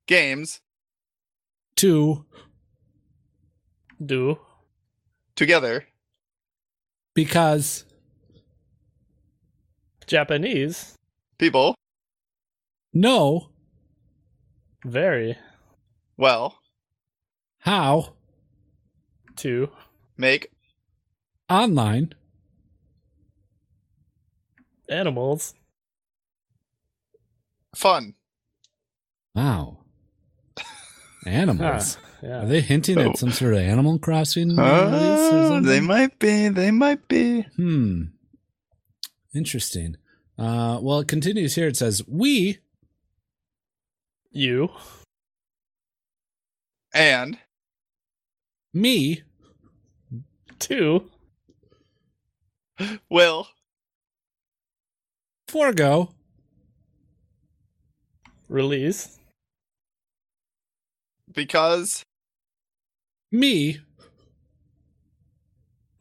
Speaker 2: games,
Speaker 1: to
Speaker 3: do
Speaker 2: together,
Speaker 1: because
Speaker 3: Japanese
Speaker 2: people,
Speaker 1: no
Speaker 3: very
Speaker 2: well,
Speaker 1: how
Speaker 3: to
Speaker 2: make,
Speaker 1: online
Speaker 3: animals
Speaker 2: fun.
Speaker 1: wow animals
Speaker 3: Huh,
Speaker 1: Are
Speaker 3: yeah
Speaker 1: they hinting at some sort of Animal Crossing release or
Speaker 2: Uh,
Speaker 1: something?
Speaker 2: they might be. They might be.
Speaker 1: hmm. Interesting. Uh, well, it continues here. It says, We,
Speaker 3: you
Speaker 2: And
Speaker 1: me,
Speaker 3: to
Speaker 2: will
Speaker 1: forego
Speaker 3: release
Speaker 2: because
Speaker 1: me,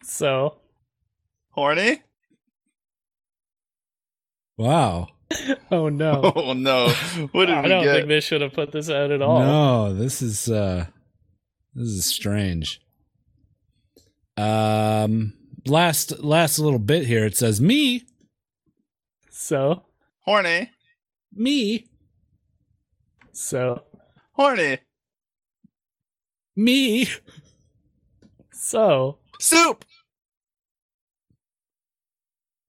Speaker 3: so
Speaker 2: horny.
Speaker 1: wow.
Speaker 3: oh no
Speaker 2: Oh no! What did
Speaker 3: I
Speaker 2: we
Speaker 3: don't
Speaker 2: get?
Speaker 3: think they should have put this out at all
Speaker 1: No, this is uh this is strange. Um last last little bit here it says me,
Speaker 3: so
Speaker 2: horny,
Speaker 1: me,
Speaker 3: so
Speaker 2: horny
Speaker 1: me,
Speaker 3: so
Speaker 2: soup.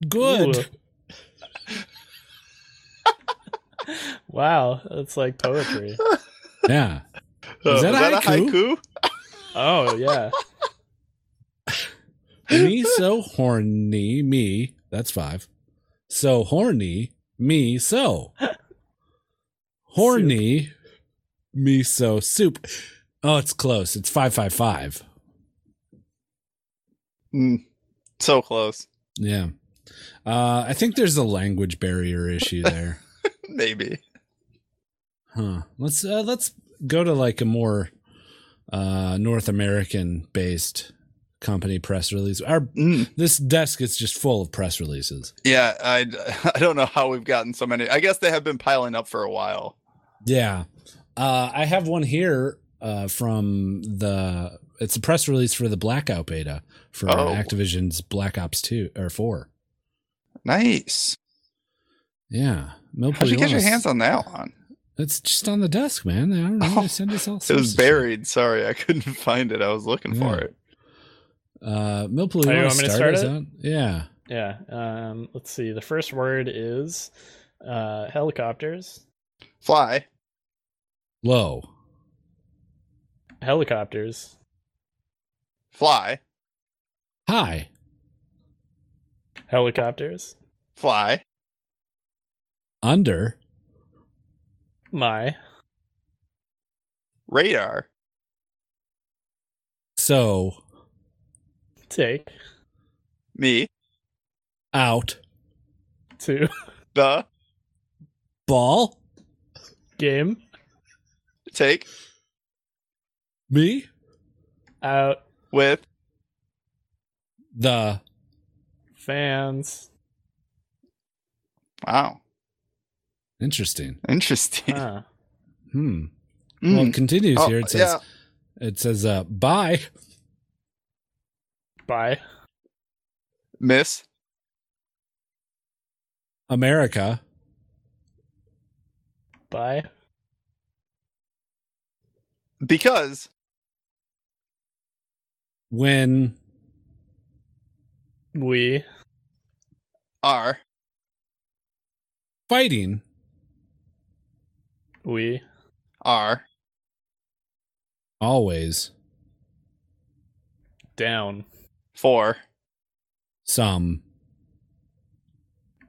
Speaker 1: good.
Speaker 3: Ooh. wow, that's like poetry.
Speaker 1: Yeah.
Speaker 2: Uh,
Speaker 1: Is that a haiku?
Speaker 3: Oh yeah.
Speaker 1: me so horny me that's five so horny me so horny me so soup oh it's close it's 555
Speaker 2: Mm, so close.
Speaker 1: yeah uh i think there's a language barrier issue there
Speaker 2: Maybe.
Speaker 1: huh let's uh, let's go to like a more uh north american based company press release our
Speaker 2: Mm.
Speaker 1: this desk is just full of press releases
Speaker 2: Yeah, I, I don't know how we've gotten so many. I guess they have been piling up for a while.
Speaker 1: Yeah. Uh, I have one here uh, from the. It's a press release for the Blackout beta for
Speaker 2: Oh.
Speaker 1: Activision's Black Ops 2 or 4.
Speaker 2: Nice.
Speaker 1: Yeah. Milpo,
Speaker 2: How'd you get your
Speaker 1: wanna-
Speaker 2: hands on that one?
Speaker 1: It's just on the desk, man. I don't know.
Speaker 2: Oh,
Speaker 1: They send us all
Speaker 2: It
Speaker 1: sorts
Speaker 2: was
Speaker 1: of stuff.
Speaker 2: buried. Sorry, I couldn't find it. I was looking for
Speaker 1: Yeah.
Speaker 2: it.
Speaker 1: Uh, Milpo, you
Speaker 3: Oh, you
Speaker 1: want to
Speaker 3: want me to
Speaker 1: start,
Speaker 3: start
Speaker 1: us
Speaker 3: it?
Speaker 1: out? Yeah.
Speaker 3: Yeah. Um, let's see. The first word is uh, helicopters.
Speaker 2: Fly.
Speaker 1: Low.
Speaker 3: Helicopters.
Speaker 2: Fly.
Speaker 1: High.
Speaker 3: Helicopters.
Speaker 2: Fly.
Speaker 1: Under.
Speaker 3: My
Speaker 2: Radar.
Speaker 1: So.
Speaker 3: take
Speaker 2: Me.
Speaker 1: Out.
Speaker 3: to
Speaker 2: The.
Speaker 1: Ball.
Speaker 3: game
Speaker 2: Take.
Speaker 1: Me.
Speaker 3: out
Speaker 2: With.
Speaker 1: The.
Speaker 3: fans.
Speaker 2: Wow.
Speaker 1: Interesting.
Speaker 2: Interesting.
Speaker 3: Huh.
Speaker 1: Hmm. Well,
Speaker 2: Mm.
Speaker 1: it continues
Speaker 2: Oh,
Speaker 1: here. It says.
Speaker 2: yeah.
Speaker 1: It says, uh, bye.
Speaker 3: Bye.
Speaker 2: Miss.
Speaker 1: America,
Speaker 3: Bye.
Speaker 2: Because.
Speaker 1: when
Speaker 3: We
Speaker 2: Are.
Speaker 1: fighting
Speaker 3: we
Speaker 2: Are.
Speaker 1: always
Speaker 3: down
Speaker 2: For.
Speaker 1: some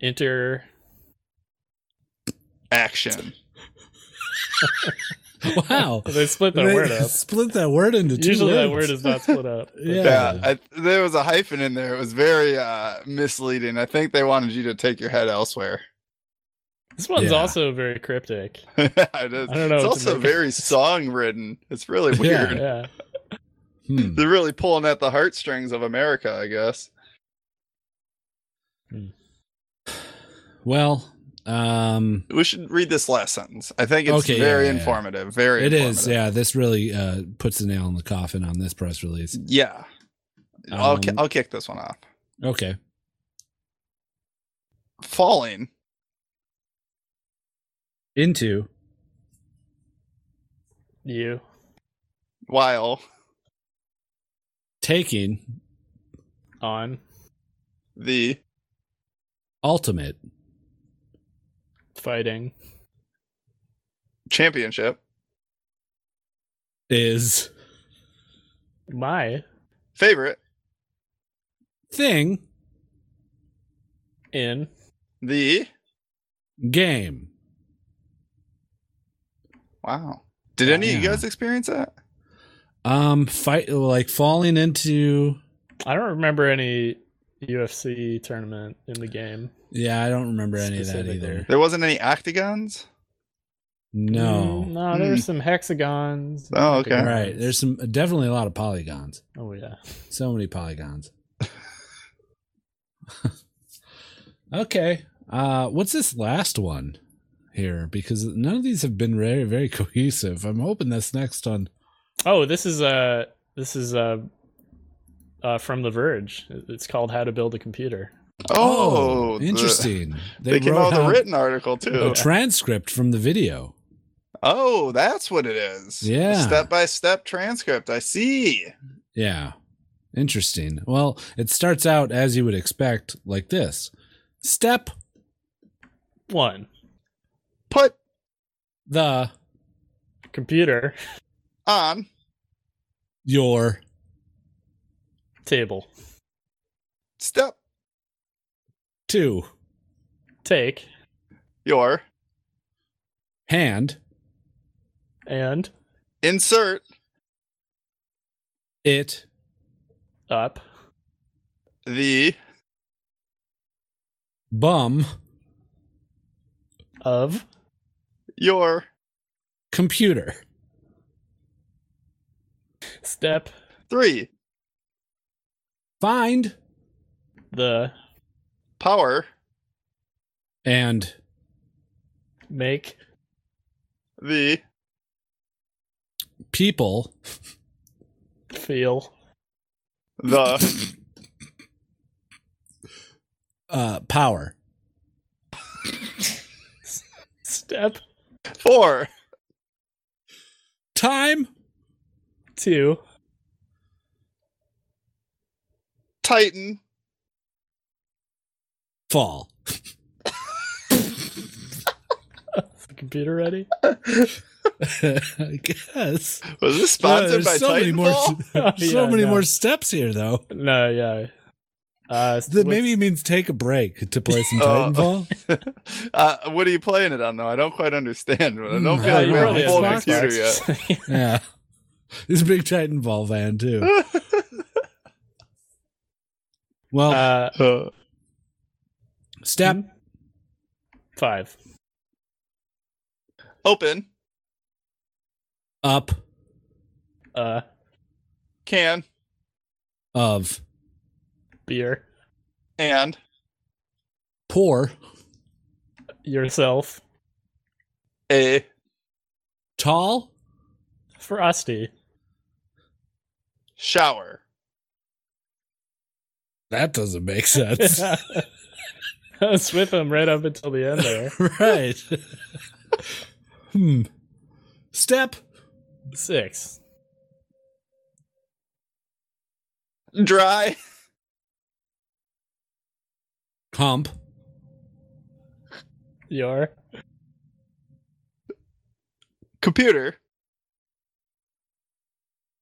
Speaker 3: enter
Speaker 2: Action.
Speaker 1: wow
Speaker 3: they split that
Speaker 1: They
Speaker 3: word up
Speaker 1: split that word into two
Speaker 3: usually that
Speaker 1: words.
Speaker 3: word is not split up
Speaker 1: Yeah.
Speaker 2: Yeah, I, there was a hyphen in there. It was very uh, misleading. I think they wanted you to take your head elsewhere.
Speaker 3: this one's
Speaker 1: Yeah.
Speaker 3: also very cryptic
Speaker 2: it is.
Speaker 3: I don't know
Speaker 2: It's
Speaker 3: what to
Speaker 2: also
Speaker 3: make of
Speaker 2: very song ridden. It's really
Speaker 1: Yeah.
Speaker 2: weird.
Speaker 3: yeah
Speaker 1: Hmm.
Speaker 2: They're really pulling at the heartstrings of America, I guess.
Speaker 1: well um
Speaker 2: We should read this last sentence. I think it's
Speaker 1: Okay, yeah,
Speaker 2: very
Speaker 1: yeah, yeah.
Speaker 2: informative. Very,
Speaker 1: it is
Speaker 2: informative.
Speaker 1: yeah this really uh puts the nail in the coffin on this press release
Speaker 2: Yeah, I'll ki-
Speaker 1: Um,
Speaker 2: I'll kick this one off.
Speaker 1: okay
Speaker 2: Falling
Speaker 1: into
Speaker 3: you
Speaker 2: while
Speaker 1: taking
Speaker 3: on
Speaker 2: the
Speaker 1: ultimate
Speaker 3: fighting
Speaker 2: championship
Speaker 1: is
Speaker 3: my
Speaker 2: favorite
Speaker 1: thing
Speaker 3: in
Speaker 2: the
Speaker 1: game
Speaker 2: wow. Did any of you
Speaker 1: Yeah.
Speaker 2: guys experience that?
Speaker 1: um fight like falling into
Speaker 3: i don't remember any ufc tournament in the game
Speaker 1: yeah i don't remember any of that
Speaker 3: Specifically.
Speaker 1: either
Speaker 2: There wasn't any octagons.
Speaker 1: no
Speaker 3: Mm, no there were some hexagons and
Speaker 2: Hmm. Oh, okay.
Speaker 1: All
Speaker 3: pentagons.
Speaker 1: right. There's some definitely a lot of polygons.
Speaker 3: oh yeah
Speaker 1: So many polygons. okay. Uh what's this last one here? Because none of these have been very very cohesive. I'm hoping this next one.
Speaker 3: oh this is uh this is uh uh, from The Verge. It's called How to Build a Computer.
Speaker 2: Oh, the-
Speaker 1: interesting.
Speaker 2: They, came out with a written article too.
Speaker 1: a transcript from the video.
Speaker 2: Oh, that's what it is.
Speaker 1: Yeah.
Speaker 2: Step by step transcript. I see.
Speaker 1: Yeah. Interesting. Well, it starts out as you would expect like this. Step
Speaker 3: One,
Speaker 2: Put
Speaker 1: the
Speaker 3: computer
Speaker 2: on
Speaker 1: Your
Speaker 3: Table.
Speaker 2: step
Speaker 1: two
Speaker 3: Take.
Speaker 2: your
Speaker 1: hand
Speaker 3: And.
Speaker 2: insert
Speaker 1: it
Speaker 3: Up.
Speaker 2: the
Speaker 1: bum
Speaker 3: Of.
Speaker 2: your
Speaker 1: computer.
Speaker 3: Step.
Speaker 2: three
Speaker 1: Find
Speaker 3: The.
Speaker 2: power
Speaker 1: and
Speaker 3: Make.
Speaker 2: the
Speaker 1: people
Speaker 3: Feel.
Speaker 2: the
Speaker 1: uh, power.
Speaker 3: Step.
Speaker 2: four
Speaker 1: Time
Speaker 3: Two.
Speaker 2: titan
Speaker 1: fall.
Speaker 3: Is the computer ready?
Speaker 1: I guess.
Speaker 2: was this
Speaker 1: Uh,
Speaker 2: sponsored by
Speaker 1: so many more
Speaker 2: Titanfall?
Speaker 1: so
Speaker 3: Yeah,
Speaker 1: many
Speaker 3: no.
Speaker 1: more steps here though.
Speaker 3: No, yeah. Uh, s-
Speaker 1: That
Speaker 3: what's-
Speaker 1: maybe means take a break to play some
Speaker 2: Uh,
Speaker 1: Titanfall.
Speaker 2: uh, what are you playing it on though? I don't quite understand. I don't
Speaker 1: Hmm,
Speaker 2: feel
Speaker 1: uh,
Speaker 2: like
Speaker 1: you
Speaker 2: we have
Speaker 1: probably
Speaker 2: a full
Speaker 1: have Xbox.
Speaker 2: computer yet.
Speaker 3: Xbox.
Speaker 1: yeah. He's a big Titanfall fan too. Well,
Speaker 3: uh,
Speaker 2: Uh, hmm?
Speaker 1: step
Speaker 3: five.
Speaker 2: open
Speaker 1: up
Speaker 3: Uh,
Speaker 2: can
Speaker 1: of
Speaker 3: beer.
Speaker 2: and
Speaker 1: pour
Speaker 3: Yourself.
Speaker 2: a
Speaker 1: tall
Speaker 3: Frosty.
Speaker 2: shower.
Speaker 1: that doesn't make sense
Speaker 3: I was with him right up until the end there.
Speaker 1: right hmm step
Speaker 3: Six.
Speaker 2: Dry
Speaker 1: hump
Speaker 3: Your
Speaker 2: computer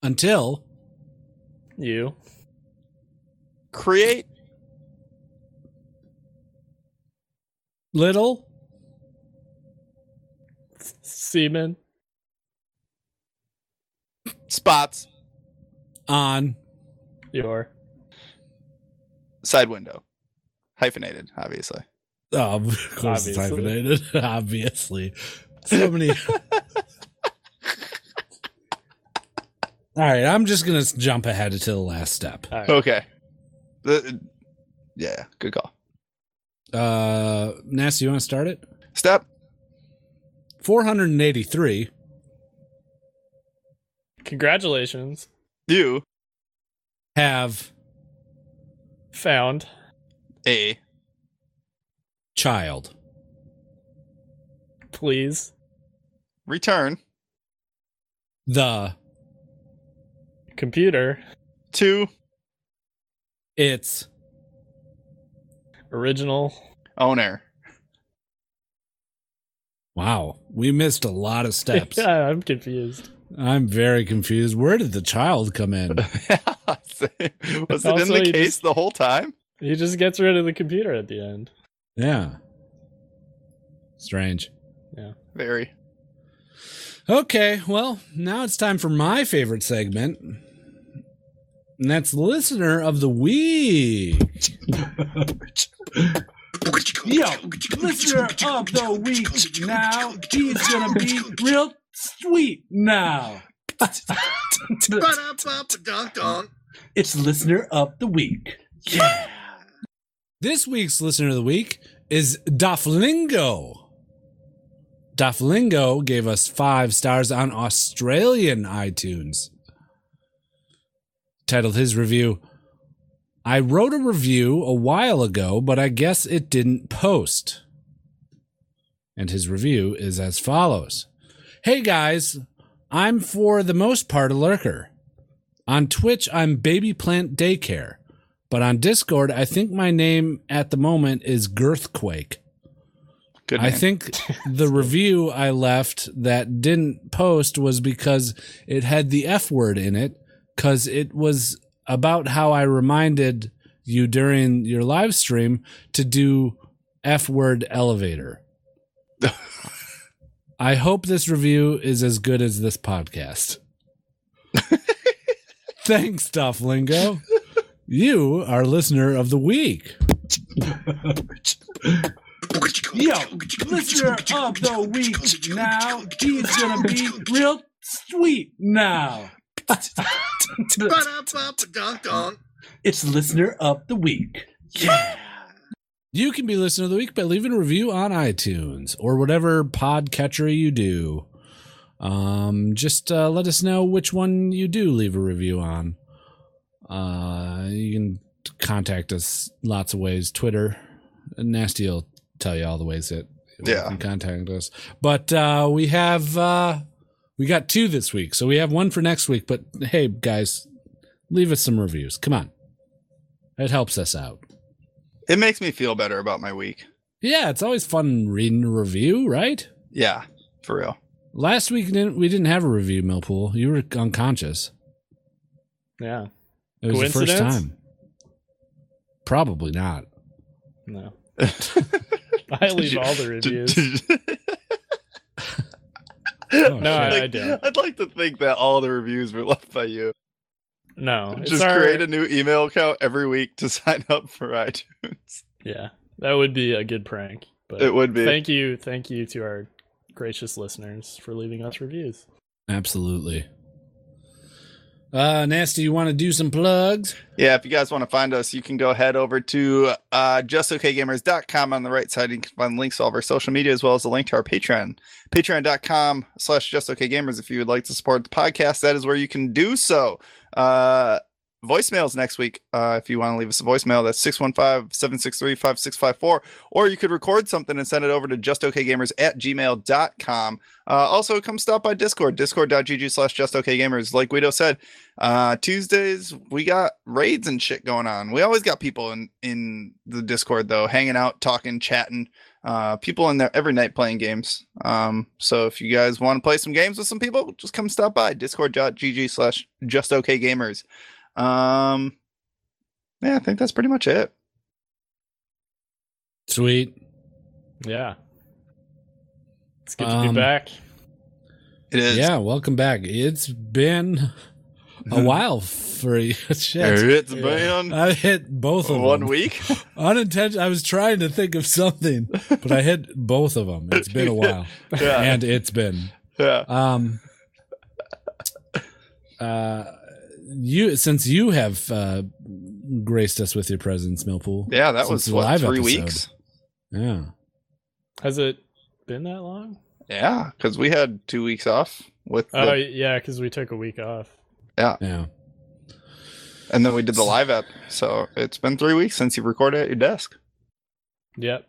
Speaker 1: until
Speaker 3: you
Speaker 2: create
Speaker 1: little
Speaker 3: semen
Speaker 2: spots
Speaker 1: on
Speaker 3: your
Speaker 2: side window. Hyphenated, obviously.
Speaker 1: oh, of course it's
Speaker 3: Obviously.
Speaker 1: hyphenated obviously so many all right i'm just gonna jump ahead to the last step
Speaker 3: All right.
Speaker 2: Okay. The, yeah, good call.
Speaker 1: uh nasty you want to start it
Speaker 2: Step
Speaker 1: 483
Speaker 3: congratulations
Speaker 2: you
Speaker 1: have
Speaker 3: found
Speaker 2: a
Speaker 1: child
Speaker 3: please
Speaker 2: return
Speaker 1: the
Speaker 3: computer
Speaker 2: to
Speaker 1: its
Speaker 3: original
Speaker 2: owner.
Speaker 1: wow we missed a lot of steps
Speaker 3: yeah i'm confused
Speaker 1: i'm very confused where did the child come in
Speaker 2: Was it in
Speaker 3: Also,
Speaker 2: the
Speaker 3: you
Speaker 2: case
Speaker 3: just-
Speaker 2: the whole time?
Speaker 3: he just gets rid of the computer at the end
Speaker 1: yeah strange
Speaker 2: Very.
Speaker 1: okay well now it's time for my favorite segment and that's listener of the week
Speaker 4: Yo, listener of the week now. He's gonna be real sweet now. it's listener of the week.
Speaker 1: This week's listener of the week is Doflingo. Doflingo gave us five stars on Australian iTunes. Titled his review, I wrote a review a while ago, but I guess it didn't post. And his review is as follows Hey guys, I'm for the most part a lurker. On Twitch, I'm Baby Plant Daycare but on Discord, I think my name at the moment is Girthquake.
Speaker 2: Good
Speaker 1: I
Speaker 2: name.
Speaker 1: think the review I left that didn't post was because it had the F word in it, because it was about how I reminded you during your live stream to do F word elevator. I hope this review is as good as this podcast. Thanks, Dufflingo. You are listener of the week.
Speaker 4: Yo, listener of the week now. He's gonna be real sweet now. it's listener of the week.
Speaker 1: You can be listener of the week by leaving a review on iTunes or whatever podcatcher you do. Um, just uh, let us know which one you do leave a review on. Uh, you can contact us lots of ways. Twitter, Nasty will tell you all the ways that
Speaker 2: Yeah.
Speaker 1: you can contact us. But uh, we have uh, we got two this week, so we have one for next week. But hey, guys, leave us some reviews. Come on, it helps us out.
Speaker 2: it makes me feel better about my week.
Speaker 1: Yeah, it's always fun reading a review, right?
Speaker 2: Yeah, for real.
Speaker 1: Last week didn't, we didn't have a review, Millpool. You were unconscious.
Speaker 3: Yeah.
Speaker 1: It was the first
Speaker 3: Coincidence?
Speaker 1: time. Probably not.
Speaker 3: No. I leave all the reviews.
Speaker 1: Oh,
Speaker 3: No, I-
Speaker 1: shit.
Speaker 2: Like,
Speaker 3: I don't.
Speaker 2: I'd like to think that all the reviews were left by you.
Speaker 3: No. It's
Speaker 2: Just
Speaker 3: our,
Speaker 2: create a new email account every week to sign up for iTunes.
Speaker 3: Yeah. That would be a good prank. But
Speaker 2: It would be.
Speaker 3: Thank you. Thank you to our gracious listeners for leaving us reviews.
Speaker 1: Absolutely. Uh, Nasty, you want to do some plugs?
Speaker 2: Yeah, if you guys want to find us, you can go head over to uh, justokgamers.com on the right side. You can find links to all of our social media as well as a link to our Patreon. Patreon.com slash justokgamers if you would like to support the podcast. That is where you can do so. Uh, voicemails next week uh, if you want to leave us a voicemail. That's 615-763-5654. Or you could record something and send it over to justokgamers at gmail.com. Uh, also, come stop by Discord, discord.gg slash justokgamers. Like Guido said, uh tuesdays we got raids and shit going on we always got people in in the discord though hanging out talking chatting uh people in there every night playing games um so if you guys want to play some games with some people just come stop by discord.gg slash just okay gamers um yeah i think that's pretty much it
Speaker 1: Sweet.
Speaker 3: Yeah. It's good to
Speaker 1: Um,
Speaker 3: be back.
Speaker 2: it is
Speaker 1: Yeah, welcome back. It's been a while for you. Shit.
Speaker 2: it's
Speaker 3: Yeah.
Speaker 2: been
Speaker 1: I hit both of
Speaker 2: one
Speaker 1: them.
Speaker 2: week
Speaker 1: Unintentional. I was trying to think of something, but I hit both of them. It's been a while.
Speaker 2: yeah,
Speaker 1: And it's been.
Speaker 2: yeah.
Speaker 1: Um, uh, you since you have uh, graced us with your presence, Millpool.
Speaker 2: Yeah, that
Speaker 1: Since
Speaker 2: was
Speaker 1: the
Speaker 2: what,
Speaker 1: live
Speaker 2: three
Speaker 1: episode.
Speaker 2: weeks
Speaker 1: Yeah.
Speaker 3: Has it been that long?
Speaker 2: yeah because we had two weeks off with the
Speaker 3: Oh, yeah, because we took a week off.
Speaker 1: Yeah.
Speaker 2: And then we did the live app. So it's been three weeks since you recorded at your desk.
Speaker 3: Yep.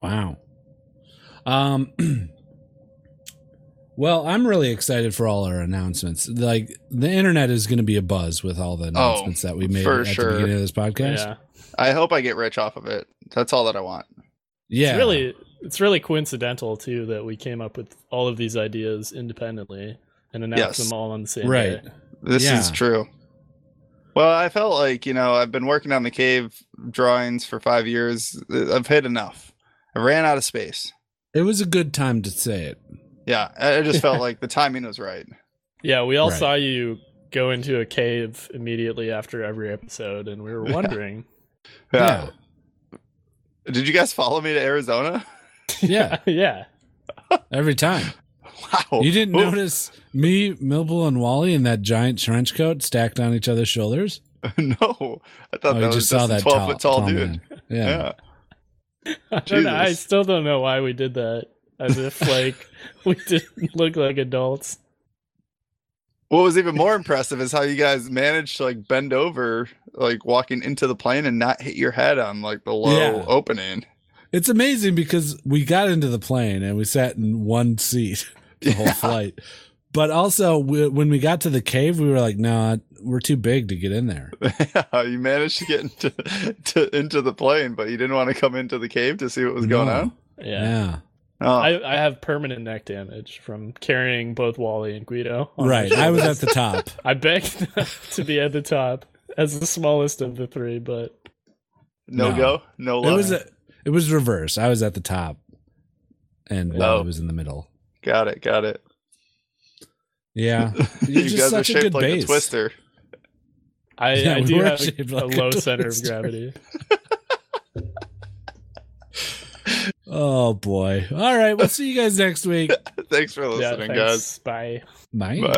Speaker 1: Wow. Um. well, I'm really excited for all our announcements. Like the internet is going to be a buzz with all the announcements that we made
Speaker 2: Oh, for
Speaker 1: at
Speaker 2: sure.
Speaker 1: the beginning of this podcast.
Speaker 3: Yeah.
Speaker 2: I hope I get rich off of it. That's all that I want.
Speaker 1: Yeah.
Speaker 3: It's really it's really coincidental too that we came up with all of these ideas independently and announced
Speaker 2: Yes.
Speaker 3: them all on the same
Speaker 1: right.
Speaker 3: day.
Speaker 2: This
Speaker 1: Yeah.
Speaker 2: is true. Well, I felt like, you know, I've been working on the cave drawings for five years. Uh, I've hit enough. I ran out of space.
Speaker 1: It was a good time to say it.
Speaker 2: Yeah. I I just felt like the timing was right.
Speaker 3: Yeah, we all
Speaker 1: Right.
Speaker 3: saw you go into a cave immediately after every episode and we were
Speaker 2: Yeah.
Speaker 3: wondering.
Speaker 2: Yeah. Did you guys follow me to Arizona?
Speaker 1: Yeah.
Speaker 3: yeah.
Speaker 1: Every time.
Speaker 2: Wow.
Speaker 1: You didn't
Speaker 2: Who-
Speaker 1: notice me, Millpool, and Wally in that giant trench coat stacked on each other's shoulders?
Speaker 2: no. I thought
Speaker 1: Oh,
Speaker 2: that
Speaker 1: you
Speaker 2: was
Speaker 1: just saw that
Speaker 2: 12 foot tall, dude.
Speaker 1: man. Yeah.
Speaker 2: Yeah.
Speaker 3: I, don't know, I
Speaker 2: Jesus.
Speaker 3: still don't know why we did that. As if like we didn't look like adults.
Speaker 2: What was even more impressive is how you guys managed to like bend over, like walking into the plane and not hit your head on like the low
Speaker 1: Yeah.
Speaker 2: opening.
Speaker 1: It's amazing because we got into the plane and we sat in one seat the whole flight. But also, we, when we got to the cave, we were like, no, we're too big to get in there.
Speaker 2: Yeah, you managed to get into to, into the plane, but you didn't want to come into the cave to see what was going
Speaker 1: No.
Speaker 2: on.
Speaker 3: Yeah.
Speaker 1: Yeah.
Speaker 2: Oh,
Speaker 3: I, I have permanent neck damage from carrying both Wally and Guido. on my
Speaker 1: Right. I was at
Speaker 3: shoulders.
Speaker 1: the top.
Speaker 3: I begged to be at the top as the smallest of the three, but
Speaker 2: no,
Speaker 1: no.
Speaker 2: go, no
Speaker 1: It
Speaker 2: luck.
Speaker 1: was a, it was reverse. I was at the top, and Wally
Speaker 2: Oh.
Speaker 1: was in the middle.
Speaker 2: got it, got it.
Speaker 1: Yeah,
Speaker 2: you
Speaker 1: You're just
Speaker 2: guys are
Speaker 1: such a
Speaker 2: shaped
Speaker 1: good
Speaker 2: like
Speaker 1: base.
Speaker 2: a twister.
Speaker 3: I,
Speaker 1: Yeah,
Speaker 3: I
Speaker 1: we
Speaker 3: do
Speaker 1: were
Speaker 3: have
Speaker 1: shaped
Speaker 3: a,
Speaker 1: like
Speaker 3: a
Speaker 1: a
Speaker 3: low center of
Speaker 1: toaster.
Speaker 3: gravity.
Speaker 1: Oh boy. All right. We'll see you guys next week.
Speaker 2: Thanks for
Speaker 3: yeah,
Speaker 2: listening, guys.
Speaker 3: thanks. Bye.
Speaker 1: Bye.
Speaker 2: Bye.